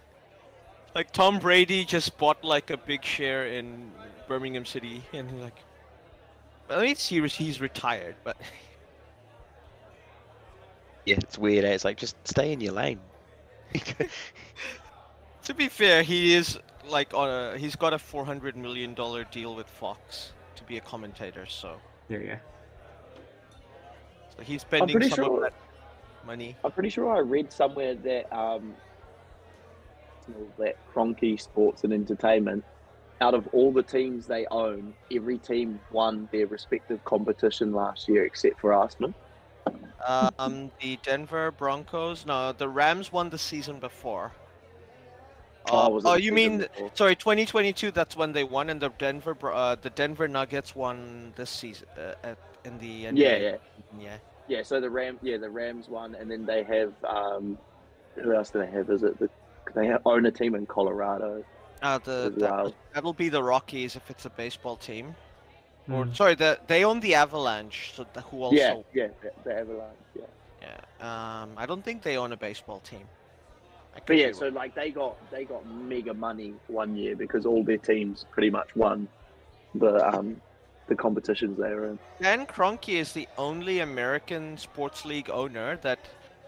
A: like Tom Brady just bought like a big share in Birmingham City, and he's like, well, at least he was, he's retired, but
D: Yeah, it's weird. Eh? It's like just stay in your lane.
A: To be fair, he is like on a, he's got a four hundred million dollar deal with Fox to be a commentator, so,
C: Yeah. Yeah.
A: so he's spending
E: pretty
A: some
E: sure-
A: of that money.
E: I'm pretty sure I read somewhere that um, you know, that Cronky Sports and Entertainment, out of all the teams they own, every team won their respective competition last year except for Arsenal.
A: Um, the Denver Broncos, no, the Rams won the season before. Uh,
E: was it
A: oh,
E: the
A: you
E: season
A: mean
E: before?
A: sorry, twenty twenty two? That's when they won, and the Denver Bro- uh, the Denver Nuggets won this season uh, at, in the NBA.
E: Yeah, yeah,
A: yeah.
E: yeah. So the Ram, yeah, the Rams won, and then they have um, who else do they have? Is it the they have, own a team in Colorado?
A: Uh, the,
E: As
A: that-
E: well.
A: that'll be the Rockies if it's a baseball team. Or
C: Mm.
A: sorry, the, they own the Avalanche, so the, who also
E: yeah, yeah, the, the Avalanche. Yeah.
A: Yeah. Um, I don't think they own a baseball team. I could
E: But yeah,
A: be
E: so like they got they got mega money one year because all their teams pretty much won the um the competitions they were in.
A: wrong. Dan Kroenke is the only American sports league owner that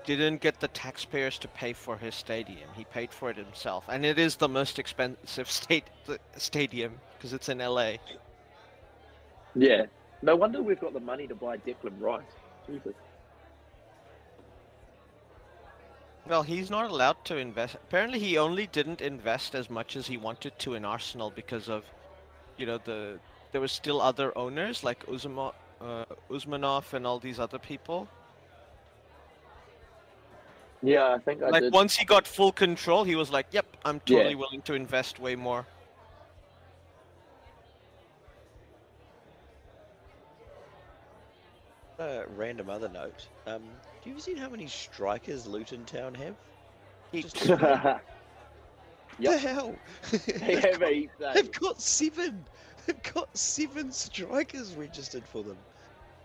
A: didn't get the taxpayers to pay for his stadium. He paid for it himself, and it is the most expensive state th- stadium because it's in LA.
E: Yeah. No wonder we've got the money to buy Declan Rice. Jesus.
A: Well, he's not allowed to invest. Apparently, he only didn't invest as much as he wanted to in Arsenal because of, you know, the there were still other owners like Uzuma, uh, Uzmanov and all these other people.
E: Yeah, I think I
A: like
E: did.
A: once he got full control, he was like, "Yep, I'm
E: Yeah.
A: totally willing to invest way more."
D: Uh, random other note. Um, have you ever seen how many strikers Luton Town have? Just
A: Heaps.
D: look it up.
E: Yep.
D: The hell?
E: They
D: They've
E: have
D: got-
E: a- they-
D: They've got seven. They've got seven strikers registered for them.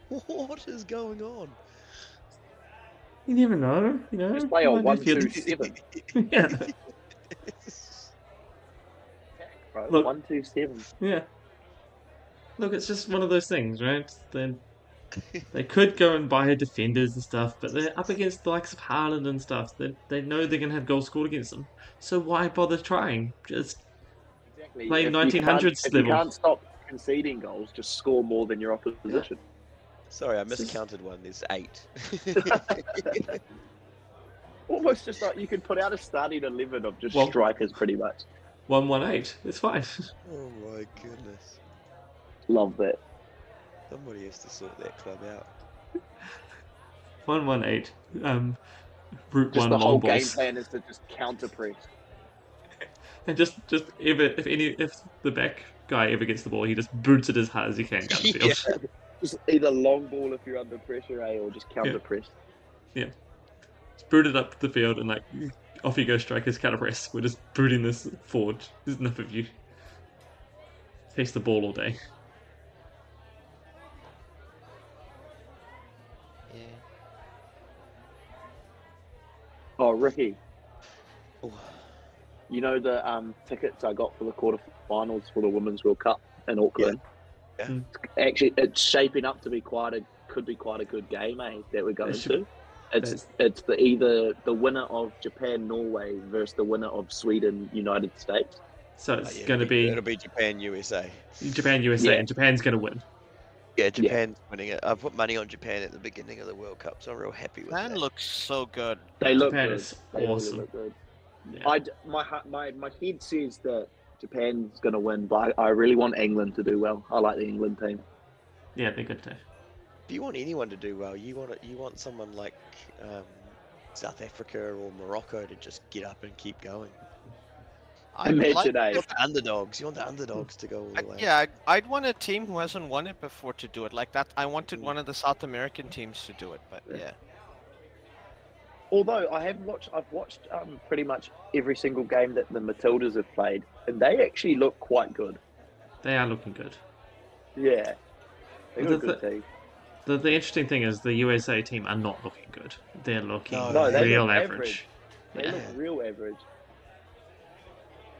D: What is going on?
F: You never know, you know.
E: Just play a
F: You might
E: one,
F: just get-
E: two, seven.
F: yeah,
E: Bro,
F: Look.
E: One, two, seven.
F: yeah. Look, it's just one of those things, right? They they could go and buy defenders and stuff, but they're up against the likes of Haaland and stuff. They they know they're gonna have goals scored against them, so why bother trying? Just
E: Exactly.
F: Play
E: If you
F: 1900s
E: can't- If you
F: level.
E: can't stop conceding goals, just score more than your opposition.
D: Sorry, I miscounted one. There's eight.
E: Almost just like you could put out a starting eleven of just
F: Well-
E: strikers, pretty much.
F: one one eight. It's fine.
D: oh my goodness.
E: Love that.
D: Somebody has to sort that club out.
F: one one eight. Um, route
E: Just
F: one
E: the
F: long
E: whole game
F: balls.
E: plan is to just counter press.
F: And just, just if it, if any if the back guy ever gets the ball, he just boots it as hard as he can down the field.
E: Just either long ball if you're under pressure, eh, or just counter press.
F: Just boot it up the field and like off you go, strikers, counter press. We're just booting this forward. There's enough of you. Chase the ball all day.
A: yeah.
E: Oh, Ricky,
D: Oh,
E: you know the um, tickets I got for the quarterfinals for the Women's World Cup in Auckland.
D: Yeah.
F: Mm.
E: Actually, it's shaping up to be quite a could be quite a good game, eh? That we're going
F: It should-
E: to. It's it's the either the winner of Japan Norway versus the winner of Sweden United States.
F: So it's
D: yeah,
F: going to
D: it'll
F: be
D: It'll be Japan, USA.
F: Japan, USA,
E: Yeah.
F: and Japan's going to win.
D: Yeah, Japan's winning it. I put money on Japan at the beginning of the World Cup, so I'm real happy with
A: Man
D: that.
A: looks so good.
E: They look
F: Japan
E: good.
F: is
E: They really
F: awesome.
E: look good.
F: Yeah.
E: I d- my ha- my my head says that Japan's going to win, but I, I really want England to do well. I like the England team.
F: yeah, they're good too.
D: If you want anyone to do well, you want you want someone like um, South Africa or Morocco to just get up and keep going.
A: I
E: Imagine, eh?
D: You want the underdogs. You want the underdogs to go all
A: I-
D: the way.
A: yeah, I'd, I'd want a team who hasn't won it before to do it like that. I wanted
E: Mm-hmm.
D: Mm.
A: one of the South American teams to do it, but yeah.
E: Although I have watched, I've watched um, pretty much every single game that the Matildas have played, and they actually look quite good.
F: They are looking good.
E: Yeah, they
F: Well,
E: look
F: the
E: good team.
F: The, the interesting thing is the USA team are not looking good. They're looking
D: No, No, they
F: Oh, real
E: look
F: average.
E: average. They
F: Yeah.
E: look real average.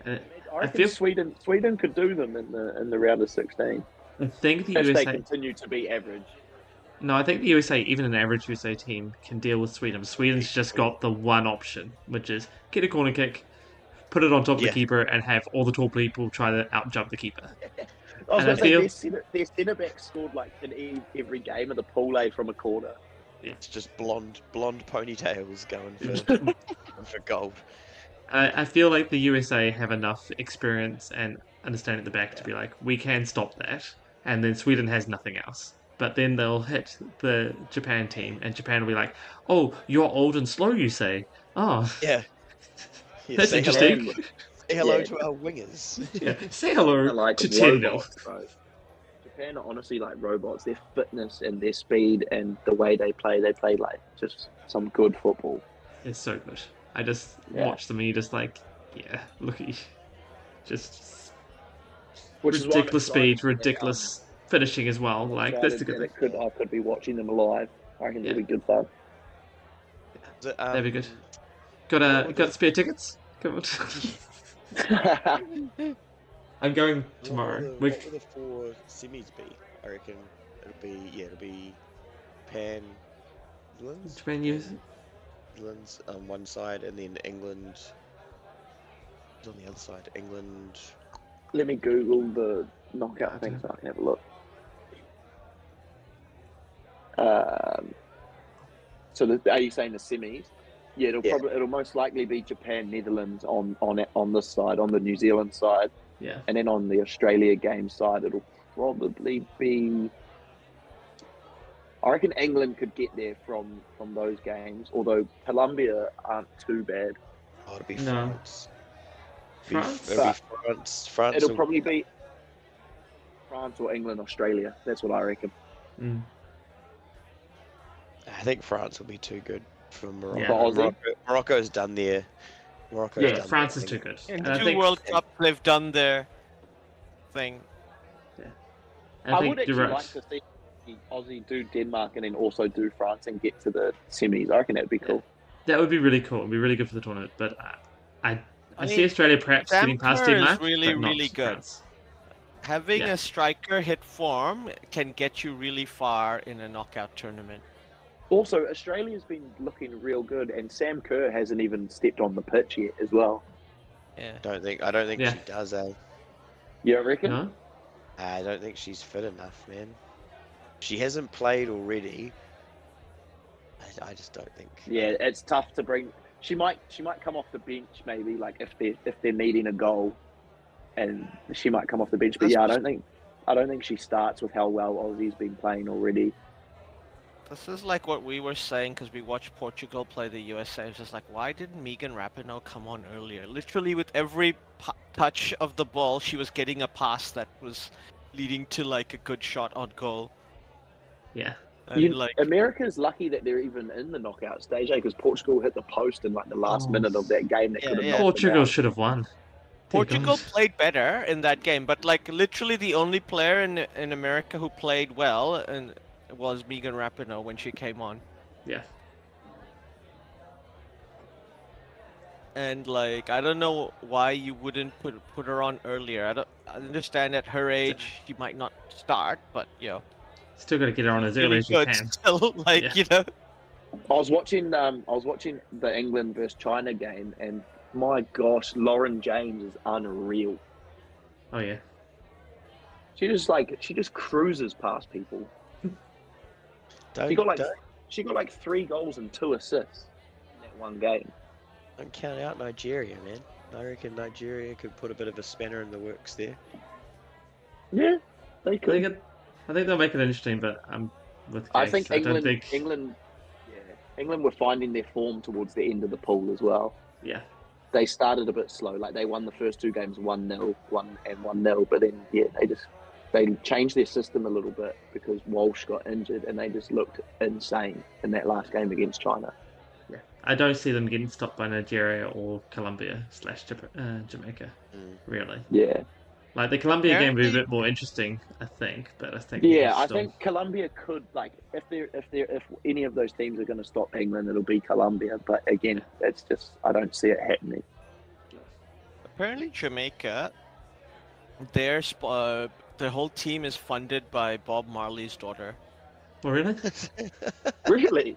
F: And
E: I reckon
F: feel-
E: Sweden Sweden could do them in the in the round of sixteen
F: I think the
E: if
F: USA.
E: they continue to be average.
F: No, I think the USA, even an average USA team, can deal with Sweden. Sweden's just got the one option, which is get a corner kick, put it on top of
D: Yeah.
F: the keeper, and have all the tall people try to out jump the
E: I
F: keeper.
E: was
F: And I
E: going to say
F: feel-
E: their centre, their centre back scored like in e- every game of the pool A from a corner.
D: It's just blonde blonde ponytails going for
F: I,
D: for gold.
F: I feel like the USA have enough experience and understanding at the back to be like, we can stop that, and then Sweden has nothing else. But then they'll hit the Japan team, and Japan will be like, "Oh, you're old and slow, you say? Oh,
D: Yeah. Yeah,
F: That's
D: say
F: interesting.
D: Hello, say hello
E: Yeah.
D: to our wingers.
F: yeah. say hello
E: They're uh, like
F: to ten 0
E: robots, bro. Japan are honestly like robots. Their fitness and their speed and the way they play, they play like just some good football.
F: It's so good. I just
E: Yeah.
F: watch them and you just like, yeah, look at you. Just
E: Which is why I'm
F: ridiculous
E: excited
F: speed,
E: that, um,
F: ridiculous finishing as well. Like, that's the
E: excited
F: good
E: that it
F: thing.
E: could, I could be watching them live. I reckon it'll
F: Yeah.
E: be good fun.
D: Is it, um,
F: That'd be good. Got, uh,
D: what
F: got
D: was-
F: spare tickets? Come on. I'm going
D: What
F: tomorrow.
D: will the, what
F: We've,
D: will the four semis be? I reckon it'll be yeah, it'll be Pan,
F: Japan, US,
D: Netherlands on one side, and then England is on the other side. England.
E: Let me Google the knockout thing so I can have a look. Um, so the, are you saying the semis? Yeah, it'll
D: Yeah.
E: probably it'll most likely be Japan, Netherlands on on on this side, on the New Zealand side,
C: Yeah.
E: and then on the Australia game side, it'll probably be. I reckon England could get there from from those games, although Colombia aren't too bad.
D: Oh, it'll be
C: No.
D: France. Be-
C: France?
D: it'll be France. France.
E: It'll
D: will-
E: probably be France or England, Australia. That's what I reckon.
C: Mm.
D: I think France will be too good for Morocco.
C: Yeah.
E: For Aussie?
D: Morocco Morocco's done their. Morocco's
C: Yeah,
D: done
C: France
D: their
C: is too
D: thing.
C: good.
A: In
C: And I
A: two
C: think,
A: World Cups, they've done their thing.
C: I think
E: would
C: you're
E: actually
C: right.
E: like to see the Aussie do Denmark and then also do France and get to the semis. I reckon that'd be cool.
C: That would be really cool. It'd be really good for the tournament. But
F: uh,
C: I, I, I,
A: I
C: see
A: mean,
C: Australia perhaps getting
A: Zamper
C: past
A: is
C: Denmark.
A: really,
C: but not
A: really good.
C: France.
A: Having
C: Yeah.
A: a striker hit form can get you really far in a knockout tournament.
E: Also, Australia's been looking real good, and Sam Kerr hasn't even stepped on the pitch yet as well.
A: Yeah.
D: Don't think. I don't think
C: Yeah.
D: she does. Eh?
E: You reckon?
C: No?
D: I don't think she's fit enough, man. She hasn't played already. I, I just don't think.
E: Yeah, it's tough to bring. She might she might come off the bench maybe, like if they if they're needing a goal, and she might come off the bench. But
A: That's
E: yeah, I
A: pos-
E: don't think I don't think she starts with how well Aussie's been playing already.
A: This is like what we were saying because we watched Portugal play the USA. It's just like, why didn't Megan Rapinoe come on earlier? Literally, with every pa- touch of the ball, she was getting a pass that was leading to like a good shot on goal.
C: Yeah.
A: And
E: You-
A: like,
E: America's lucky that they're even in the knockout stage because Portugal hit the post in like the last
C: Oh.
E: minute of that game. That
A: Yeah,
E: could have
A: yeah.
E: knocked them
C: Portugal
E: out.
C: should have won. Dear
A: Portugal
C: God.
A: played better in that game, but like literally the only player in in America who played well and was Megan Rapinoe when she came on.
C: Yeah.
A: and like I don't know why you wouldn't put put her on earlier. I don't I understand at her age she might not start, but you know,
C: Still got to get her on as early
A: really
C: as you
A: good
C: can.
A: still. Like
C: Yeah.
A: you know,
E: I was watching um, I was watching the England versus China game, and my gosh, Lauren James is unreal.
C: Oh, yeah.
E: She just like she just cruises past people.
D: Don't,
E: She got like
D: don't,
E: she got like three goals and two assists in that one game.
D: don't count out Nigeria, man. I reckon Nigeria could put a bit of a spanner in the works there.
E: Yeah, they
C: I think,
E: could.
C: it, I think they'll make it interesting, but I'm with
E: I
C: Jags.
E: think
C: I don't
E: England
C: think.
E: England yeah, England were finding their form towards the end of the pool as well.
C: Yeah.
E: They started a bit slow, like they won the first two games one 0 one and one 0 but then yeah, they just they changed their system a little bit because Walsh got injured and they just looked insane in that last game against China.
C: Yeah. I don't see them getting stopped by Nigeria or Colombia slash Jap- uh, Jamaica,
E: Hmm.
D: Mm.
C: really.
E: Yeah.
C: Like the Colombia game would be a
A: Apparently-
C: bit more interesting, I think, but I think we
E: Yeah,
C: can
E: I
C: still-
E: think Colombia could like if they are if they are if any of those teams are going to stop England, it'll be Colombia. But again, it's just I don't see it happening.
A: apparently Jamaica, their sp- uh, the whole team is funded by Bob Marley's daughter.
C: Oh, really?
E: Really?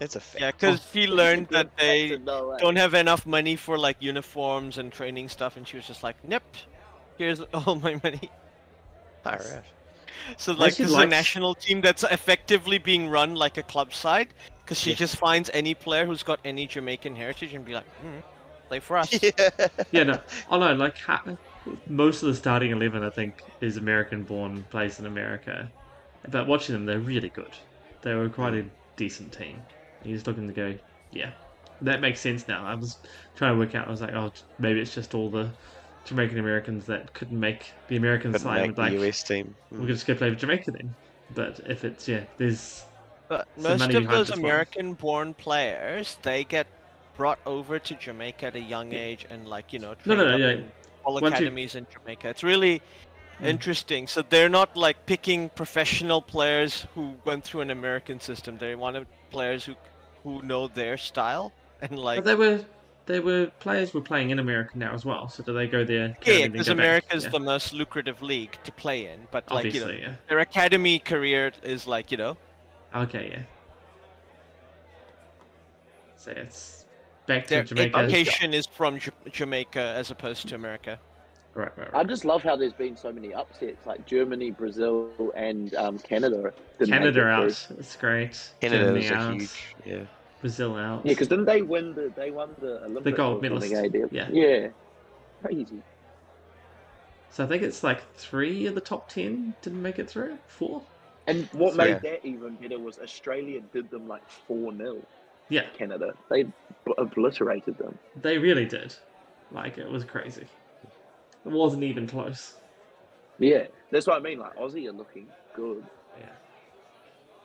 D: That's a fact.
A: Yeah, because she learned that they
E: No way.
A: don't have enough money for like uniforms and training stuff, and she was just like, "Nip, here's all my money."
D: All right.
A: So
C: Well,
A: like
C: she
A: this is a
C: likes-
A: national team that's effectively being run like a club side because she
D: Yeah.
A: just finds any player who's got any Jamaican heritage and be like, hmm, play for us.
D: Yeah.
C: yeah, no. Oh no, like ha- most of the starting eleven, I think, is American-born, plays in America. But watching them, they're really good. They were quite a decent team. And you're just looking to go, yeah, that makes sense now. I was trying to work out. I was like, oh, maybe it's just all the Jamaican Americans that couldn't make the American
D: Couldn't
C: side.
D: make
C: like,
D: the US team. Hmm.
C: we're just go play with Jamaica then. But if it's yeah, there's
A: But
C: So
A: most
C: money
A: of
C: behind
A: those
C: this one.
A: American-born players, they get brought over to Jamaica at a young age and like you know,
C: no,
A: trained
C: no,
A: up
C: yeah.
A: in all
C: Once you-
A: academies in Jamaica. It's really
C: Mm.
A: interesting. So they're not like picking professional players who went through an American system. They wanted players who who know their style and like
C: but they were they were players were playing in America now as well. So do they go there?
A: Yeah,
C: and then
A: because
C: go back?
A: America is
C: Yeah,
A: the most lucrative league to play in, but like
C: obviously,
A: you know,
C: yeah.
A: their academy career is like you know,
C: Okay, yeah. So it's back to
A: Their
C: Jamaica.
A: education is from J- Jamaica as opposed to America.
C: Right, right,
E: I
C: right.
E: just love how there's been so many upsets, like Germany, Brazil, and um, Canada. didn't make
C: Canada
E: it through.
C: out. It's great.
D: Canada
C: Germany
D: is a
C: out.
D: huge. Yeah.
C: Brazil out.
E: Yeah, because didn't they win the? They won the Olympic.
C: gold medalists, yeah.
E: Yeah. yeah. Crazy.
C: So I think it's like three of the top ten didn't make it through. Four.
E: And what
D: So-
E: made
D: Yeah.
E: that even better was Australia did them like four 0
C: Yeah,
E: Canada. They b- obliterated them.
C: they really did. Like it was crazy. It wasn't even close.
E: Yeah, that's what I mean. Like Aussie are looking good.
C: Yeah.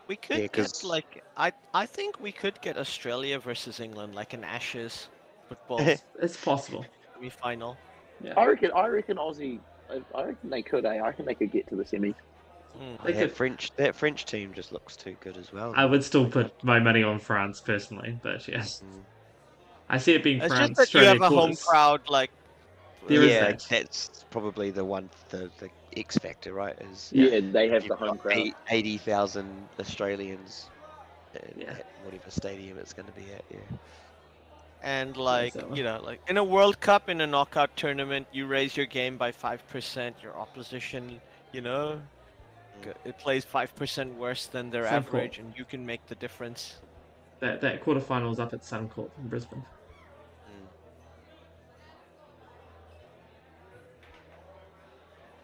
A: We could get
D: 'cause-
A: like I I think we could get Australia versus England like an Ashes football
C: It's possible.
A: semi-final.
C: Yeah.
E: I reckon. I reckon Aussie. I- I reckon they could. Eh? I reckon they could get to the semi.
A: Mm.
C: They
D: That
C: could,
D: French, that French team just looks too good as well.
C: I would still put my money on France personally, but yes.
D: Mm.
C: I see it being
A: It's
C: France.
A: just that you have
C: Australia
A: a home
C: quarters.
A: crowd like
C: There is
D: yeah,
C: that.
D: that's probably the one, the, the X factor, right? Is
E: Yeah, they have the
D: you've
E: home
D: got
E: crowd.
D: eight- 80,000 Australians in
C: Yeah.
D: at whatever stadium it's going to be at. Yeah.
A: and like
C: so-
A: you know like in a World Cup in a knockout tournament you raise your game by five percent. Your opposition, you know,
C: Hmm.
A: g- it plays five percent worse than their
C: Some call.
A: average, and you can make the difference.
C: That that quarterfinals up at Suncorp in Brisbane.
A: Hmm.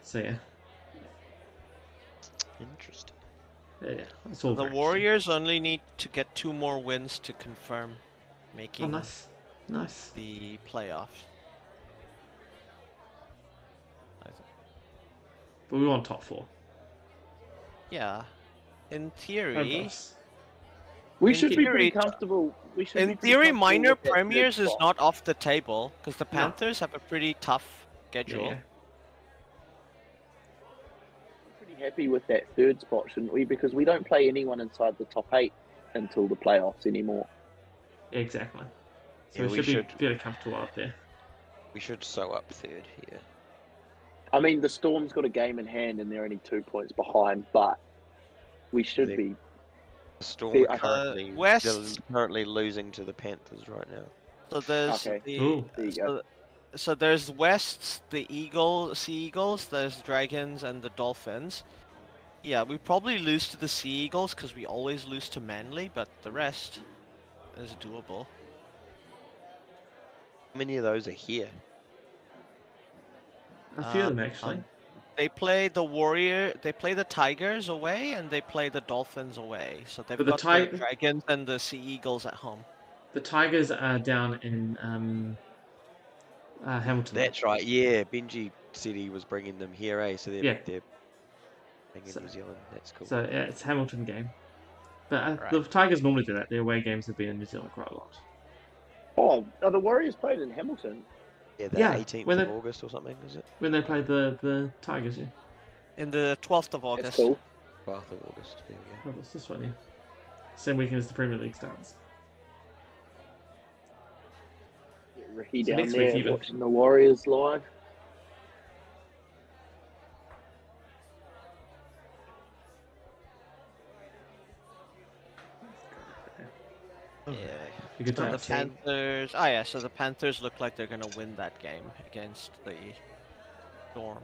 C: So yeah,
D: Interesting.
C: yeah, yeah, it's all
A: The
C: very
A: Warriors only need to get two more wins to confirm
C: interesting. Oh,
A: making
C: nice, nice.
A: the playoffs.
C: But we want top four.
A: Yeah. In
C: Home
A: theory,
C: gross.
E: We
A: In
E: should be
A: theory-
E: pretty comfortable. We should. be
A: in
E: pretty
A: theory,
E: comfortable
A: minor
E: with that third
A: premiers is
E: spot.
A: not off the table because the
C: No.
A: Panthers have a pretty tough
C: Yeah,
A: schedule.
C: yeah.
E: I'm pretty happy with that third spot, shouldn't we? Because we don't play anyone inside the top eight until the playoffs anymore.
C: Yeah, exactly. So
D: Yeah,
C: we,
D: we
C: should,
D: should-
C: be fairly comfortable up there.
D: We should sew up third here.
E: I mean, the Storm's got a game in hand, and they're only two points behind, but we should
D: They-
E: be.
D: The Storm
E: See,
D: are
E: I- Uh,
D: currently, they're
A: West-
D: currently losing to the Panthers right now.
A: So there's
E: Okay.
A: the
C: Ooh,
E: There you go.
A: so, so there's Wests, the Eagle, Sea Eagles, there's Dragons and the Dolphins. Yeah, we probably lose to the Sea Eagles because we always lose to Manly, but the rest is doable.
D: How many of those are here?
C: a few of them
A: Um,
C: actually.
A: um, They play the Warrior, they play the Tigers away, and they play the Dolphins away. So they've
C: But the
A: got the,
C: Ti-
A: Dragons and the Sea Eagles at home.
C: The Tigers are down in um, uh, Hamilton.
D: That's right. Yeah, Benji said he was bringing them here, eh? So they're,
C: Yeah.
D: they're playing in
C: So-
D: New Zealand. That's cool.
C: So yeah, it's Hamilton game. But uh,
A: Right.
C: the Tigers normally do that. Their away games have been in New Zealand quite a lot.
E: Oh, are the Warriors playing in Hamilton?
D: yeah, the
C: yeah,
D: 18th
C: when
D: of
C: they-
D: August or something, is it?
C: When they play the, the Tigers, yeah.
A: In the 12th of August.
E: That's cool.
D: 12th of August. There we go.
C: Oh, it's this one, yeah. Same weekend as the Premier League starts.
E: Get Ricky
C: So
E: down
C: next week
E: there
C: even.
E: watching the Warriors live.
A: Yeah.
C: A good
A: So
C: time.
A: the Panthers. Oh, yeah, so the Panthers look like they're going to win that game against the Storm.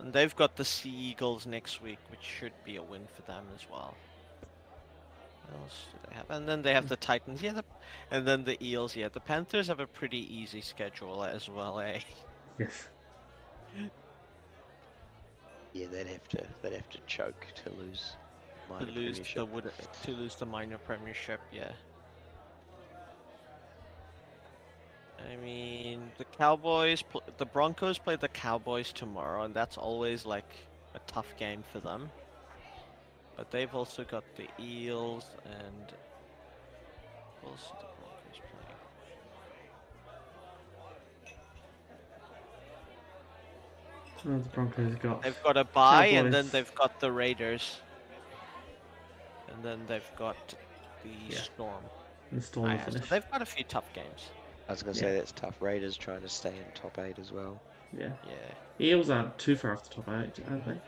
A: And they've got the Sea Eagles next week, which should be a win for them as well. What else do they have? And then they have the Titans. Yeah, the, and then the Eels. Yeah, the Panthers have a pretty easy schedule as well, eh?
C: Yes.
D: Yeah, they'd have to they'd have to choke to lose.
A: To
D: minor
A: lose the
D: premiership.
A: wood, to lose the minor premiership, yeah. I mean, the Cowboys, pl- the Broncos play the Cowboys tomorrow, and that's always like a tough game for them. But they've also got the Eels and who else are the Broncos playing?
C: Oh, the Broncos have got.
A: They've got a bye, and then
C: Cowboys.
A: they've got the Raiders, and then they've got the Storm.
C: The Storm
A: Ah,
C: will
A: yeah, so
C: finish.
A: they've got a few tough games.
D: I was gonna
C: Yeah.
D: say that's tough. Raiders trying to stay in top eight as well.
C: Yeah.
A: Yeah.
C: Eels aren't too far off the top eight, are they?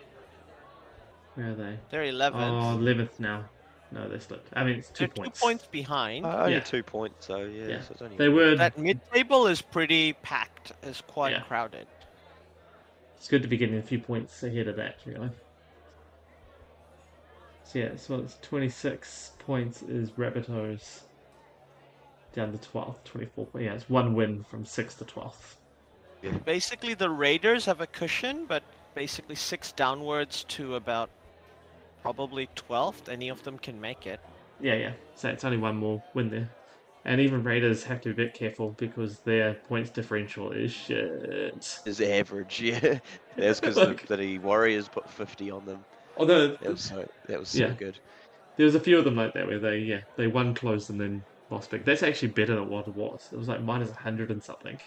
C: Where are they?
A: They're
C: Oh,
A: 11th.
C: 11th now. No, they slipped. I mean, it's 2
A: They're
C: points.
A: two points behind.
D: Uh, only
C: Yeah.
D: two points, so yeah.
C: Yeah.
D: So it's only
C: They were.
A: that mid table is pretty packed. Is quite
C: Yeah.
A: crowded.
C: It's good to be getting a few points ahead of that, really. So yeah, so it's 26 points is Rabbitohs down to 12th, 24. Yeah, it's one win from 6th to 12th.
A: Basically, the Raiders have a cushion, but basically six downwards to about probably 12th. Any of them can make it.
C: Yeah, yeah. So it's only one more win there. And even Raiders have to be a bit careful because their points differential is shit.
D: is average. Yeah, that's because the
C: Look.
D: bloody Warriors put fifty on them.
C: Although
D: That was so that was so
C: Yeah.
D: good.
C: there was a few of them like that where they yeah they won close and then lost big. That's actually better than what it was. It was like minus 100 and something.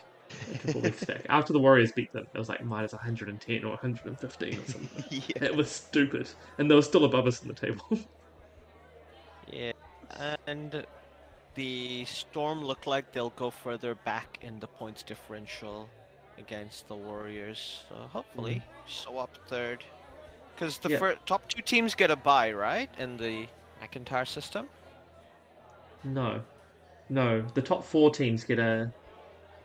C: Like a four week stack. After the Warriors beat them, it was like minus 110 or 115 or something.
D: yeah.
C: It was stupid, and they were still above us in the table.
A: Yeah. And the Storm look like they'll go further back in the points differential against the Warriors. So hopefully, so up third. Because the
C: Yeah.
A: fir- top two teams get a bye, right? In the McIntyre system?
C: no, no. The top four teams get a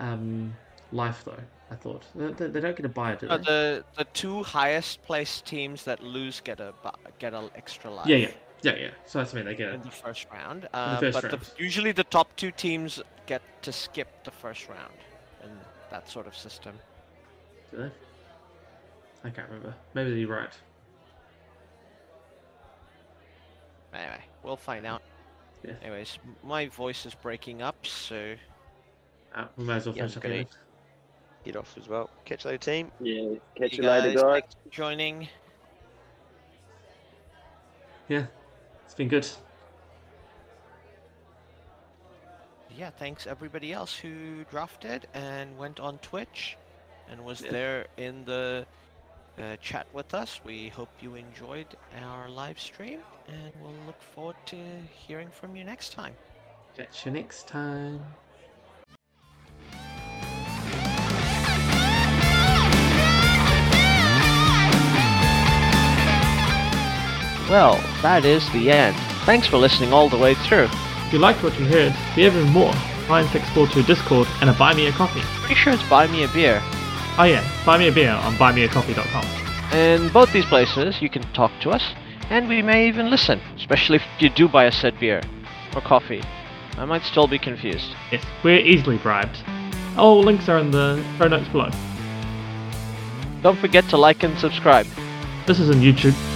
C: um, life though. I thought they, they- they don't get a buy, do they?
A: Uh, the the two highest placed teams that lose get a bu- get an extra life.
C: Yeah, yeah, yeah, yeah. So that's what I mean. They get
A: In
C: it.
A: the first round, uh,
C: first
A: but
C: round.
A: The, usually the top two teams get to skip the first round in that sort of system.
C: Do they? I can't remember. Maybe you're right.
A: Anyway, we'll find out.
C: Yeah.
A: Anyways, m- my voice is breaking up, so
C: Uh, we might as well
D: Yeah,
C: finish up
D: good
C: here.
D: eat. Get off as well. Catch you later, team.
E: Yeah, catch you,
A: you
E: later, guys.
A: thanks for joining.
C: Yeah, it's been good.
A: Yeah, thanks everybody else who drafted and went on Twitch and was
C: Yeah.
A: there in the uh, chat with us. We hope you enjoyed our live stream and we'll look forward to hearing from you next time.
C: Catch you next time.
H: Well, that is the end. Thanks for listening all the way through.
F: If you liked what you heard, for even more, find 642 Discord and a Buy Me a Coffee.
H: Pretty sure it's Buy Me a Beer.
F: Oh yeah, buy me a beer on buymeacoffee.com.
H: In both these places, you can talk to us, and we may even listen, especially if you do buy a said beer or coffee. I might still be confused.
F: Yes, we're easily bribed. All links are in the show notes below.
H: Don't forget to like and subscribe.
F: This is on YouTube.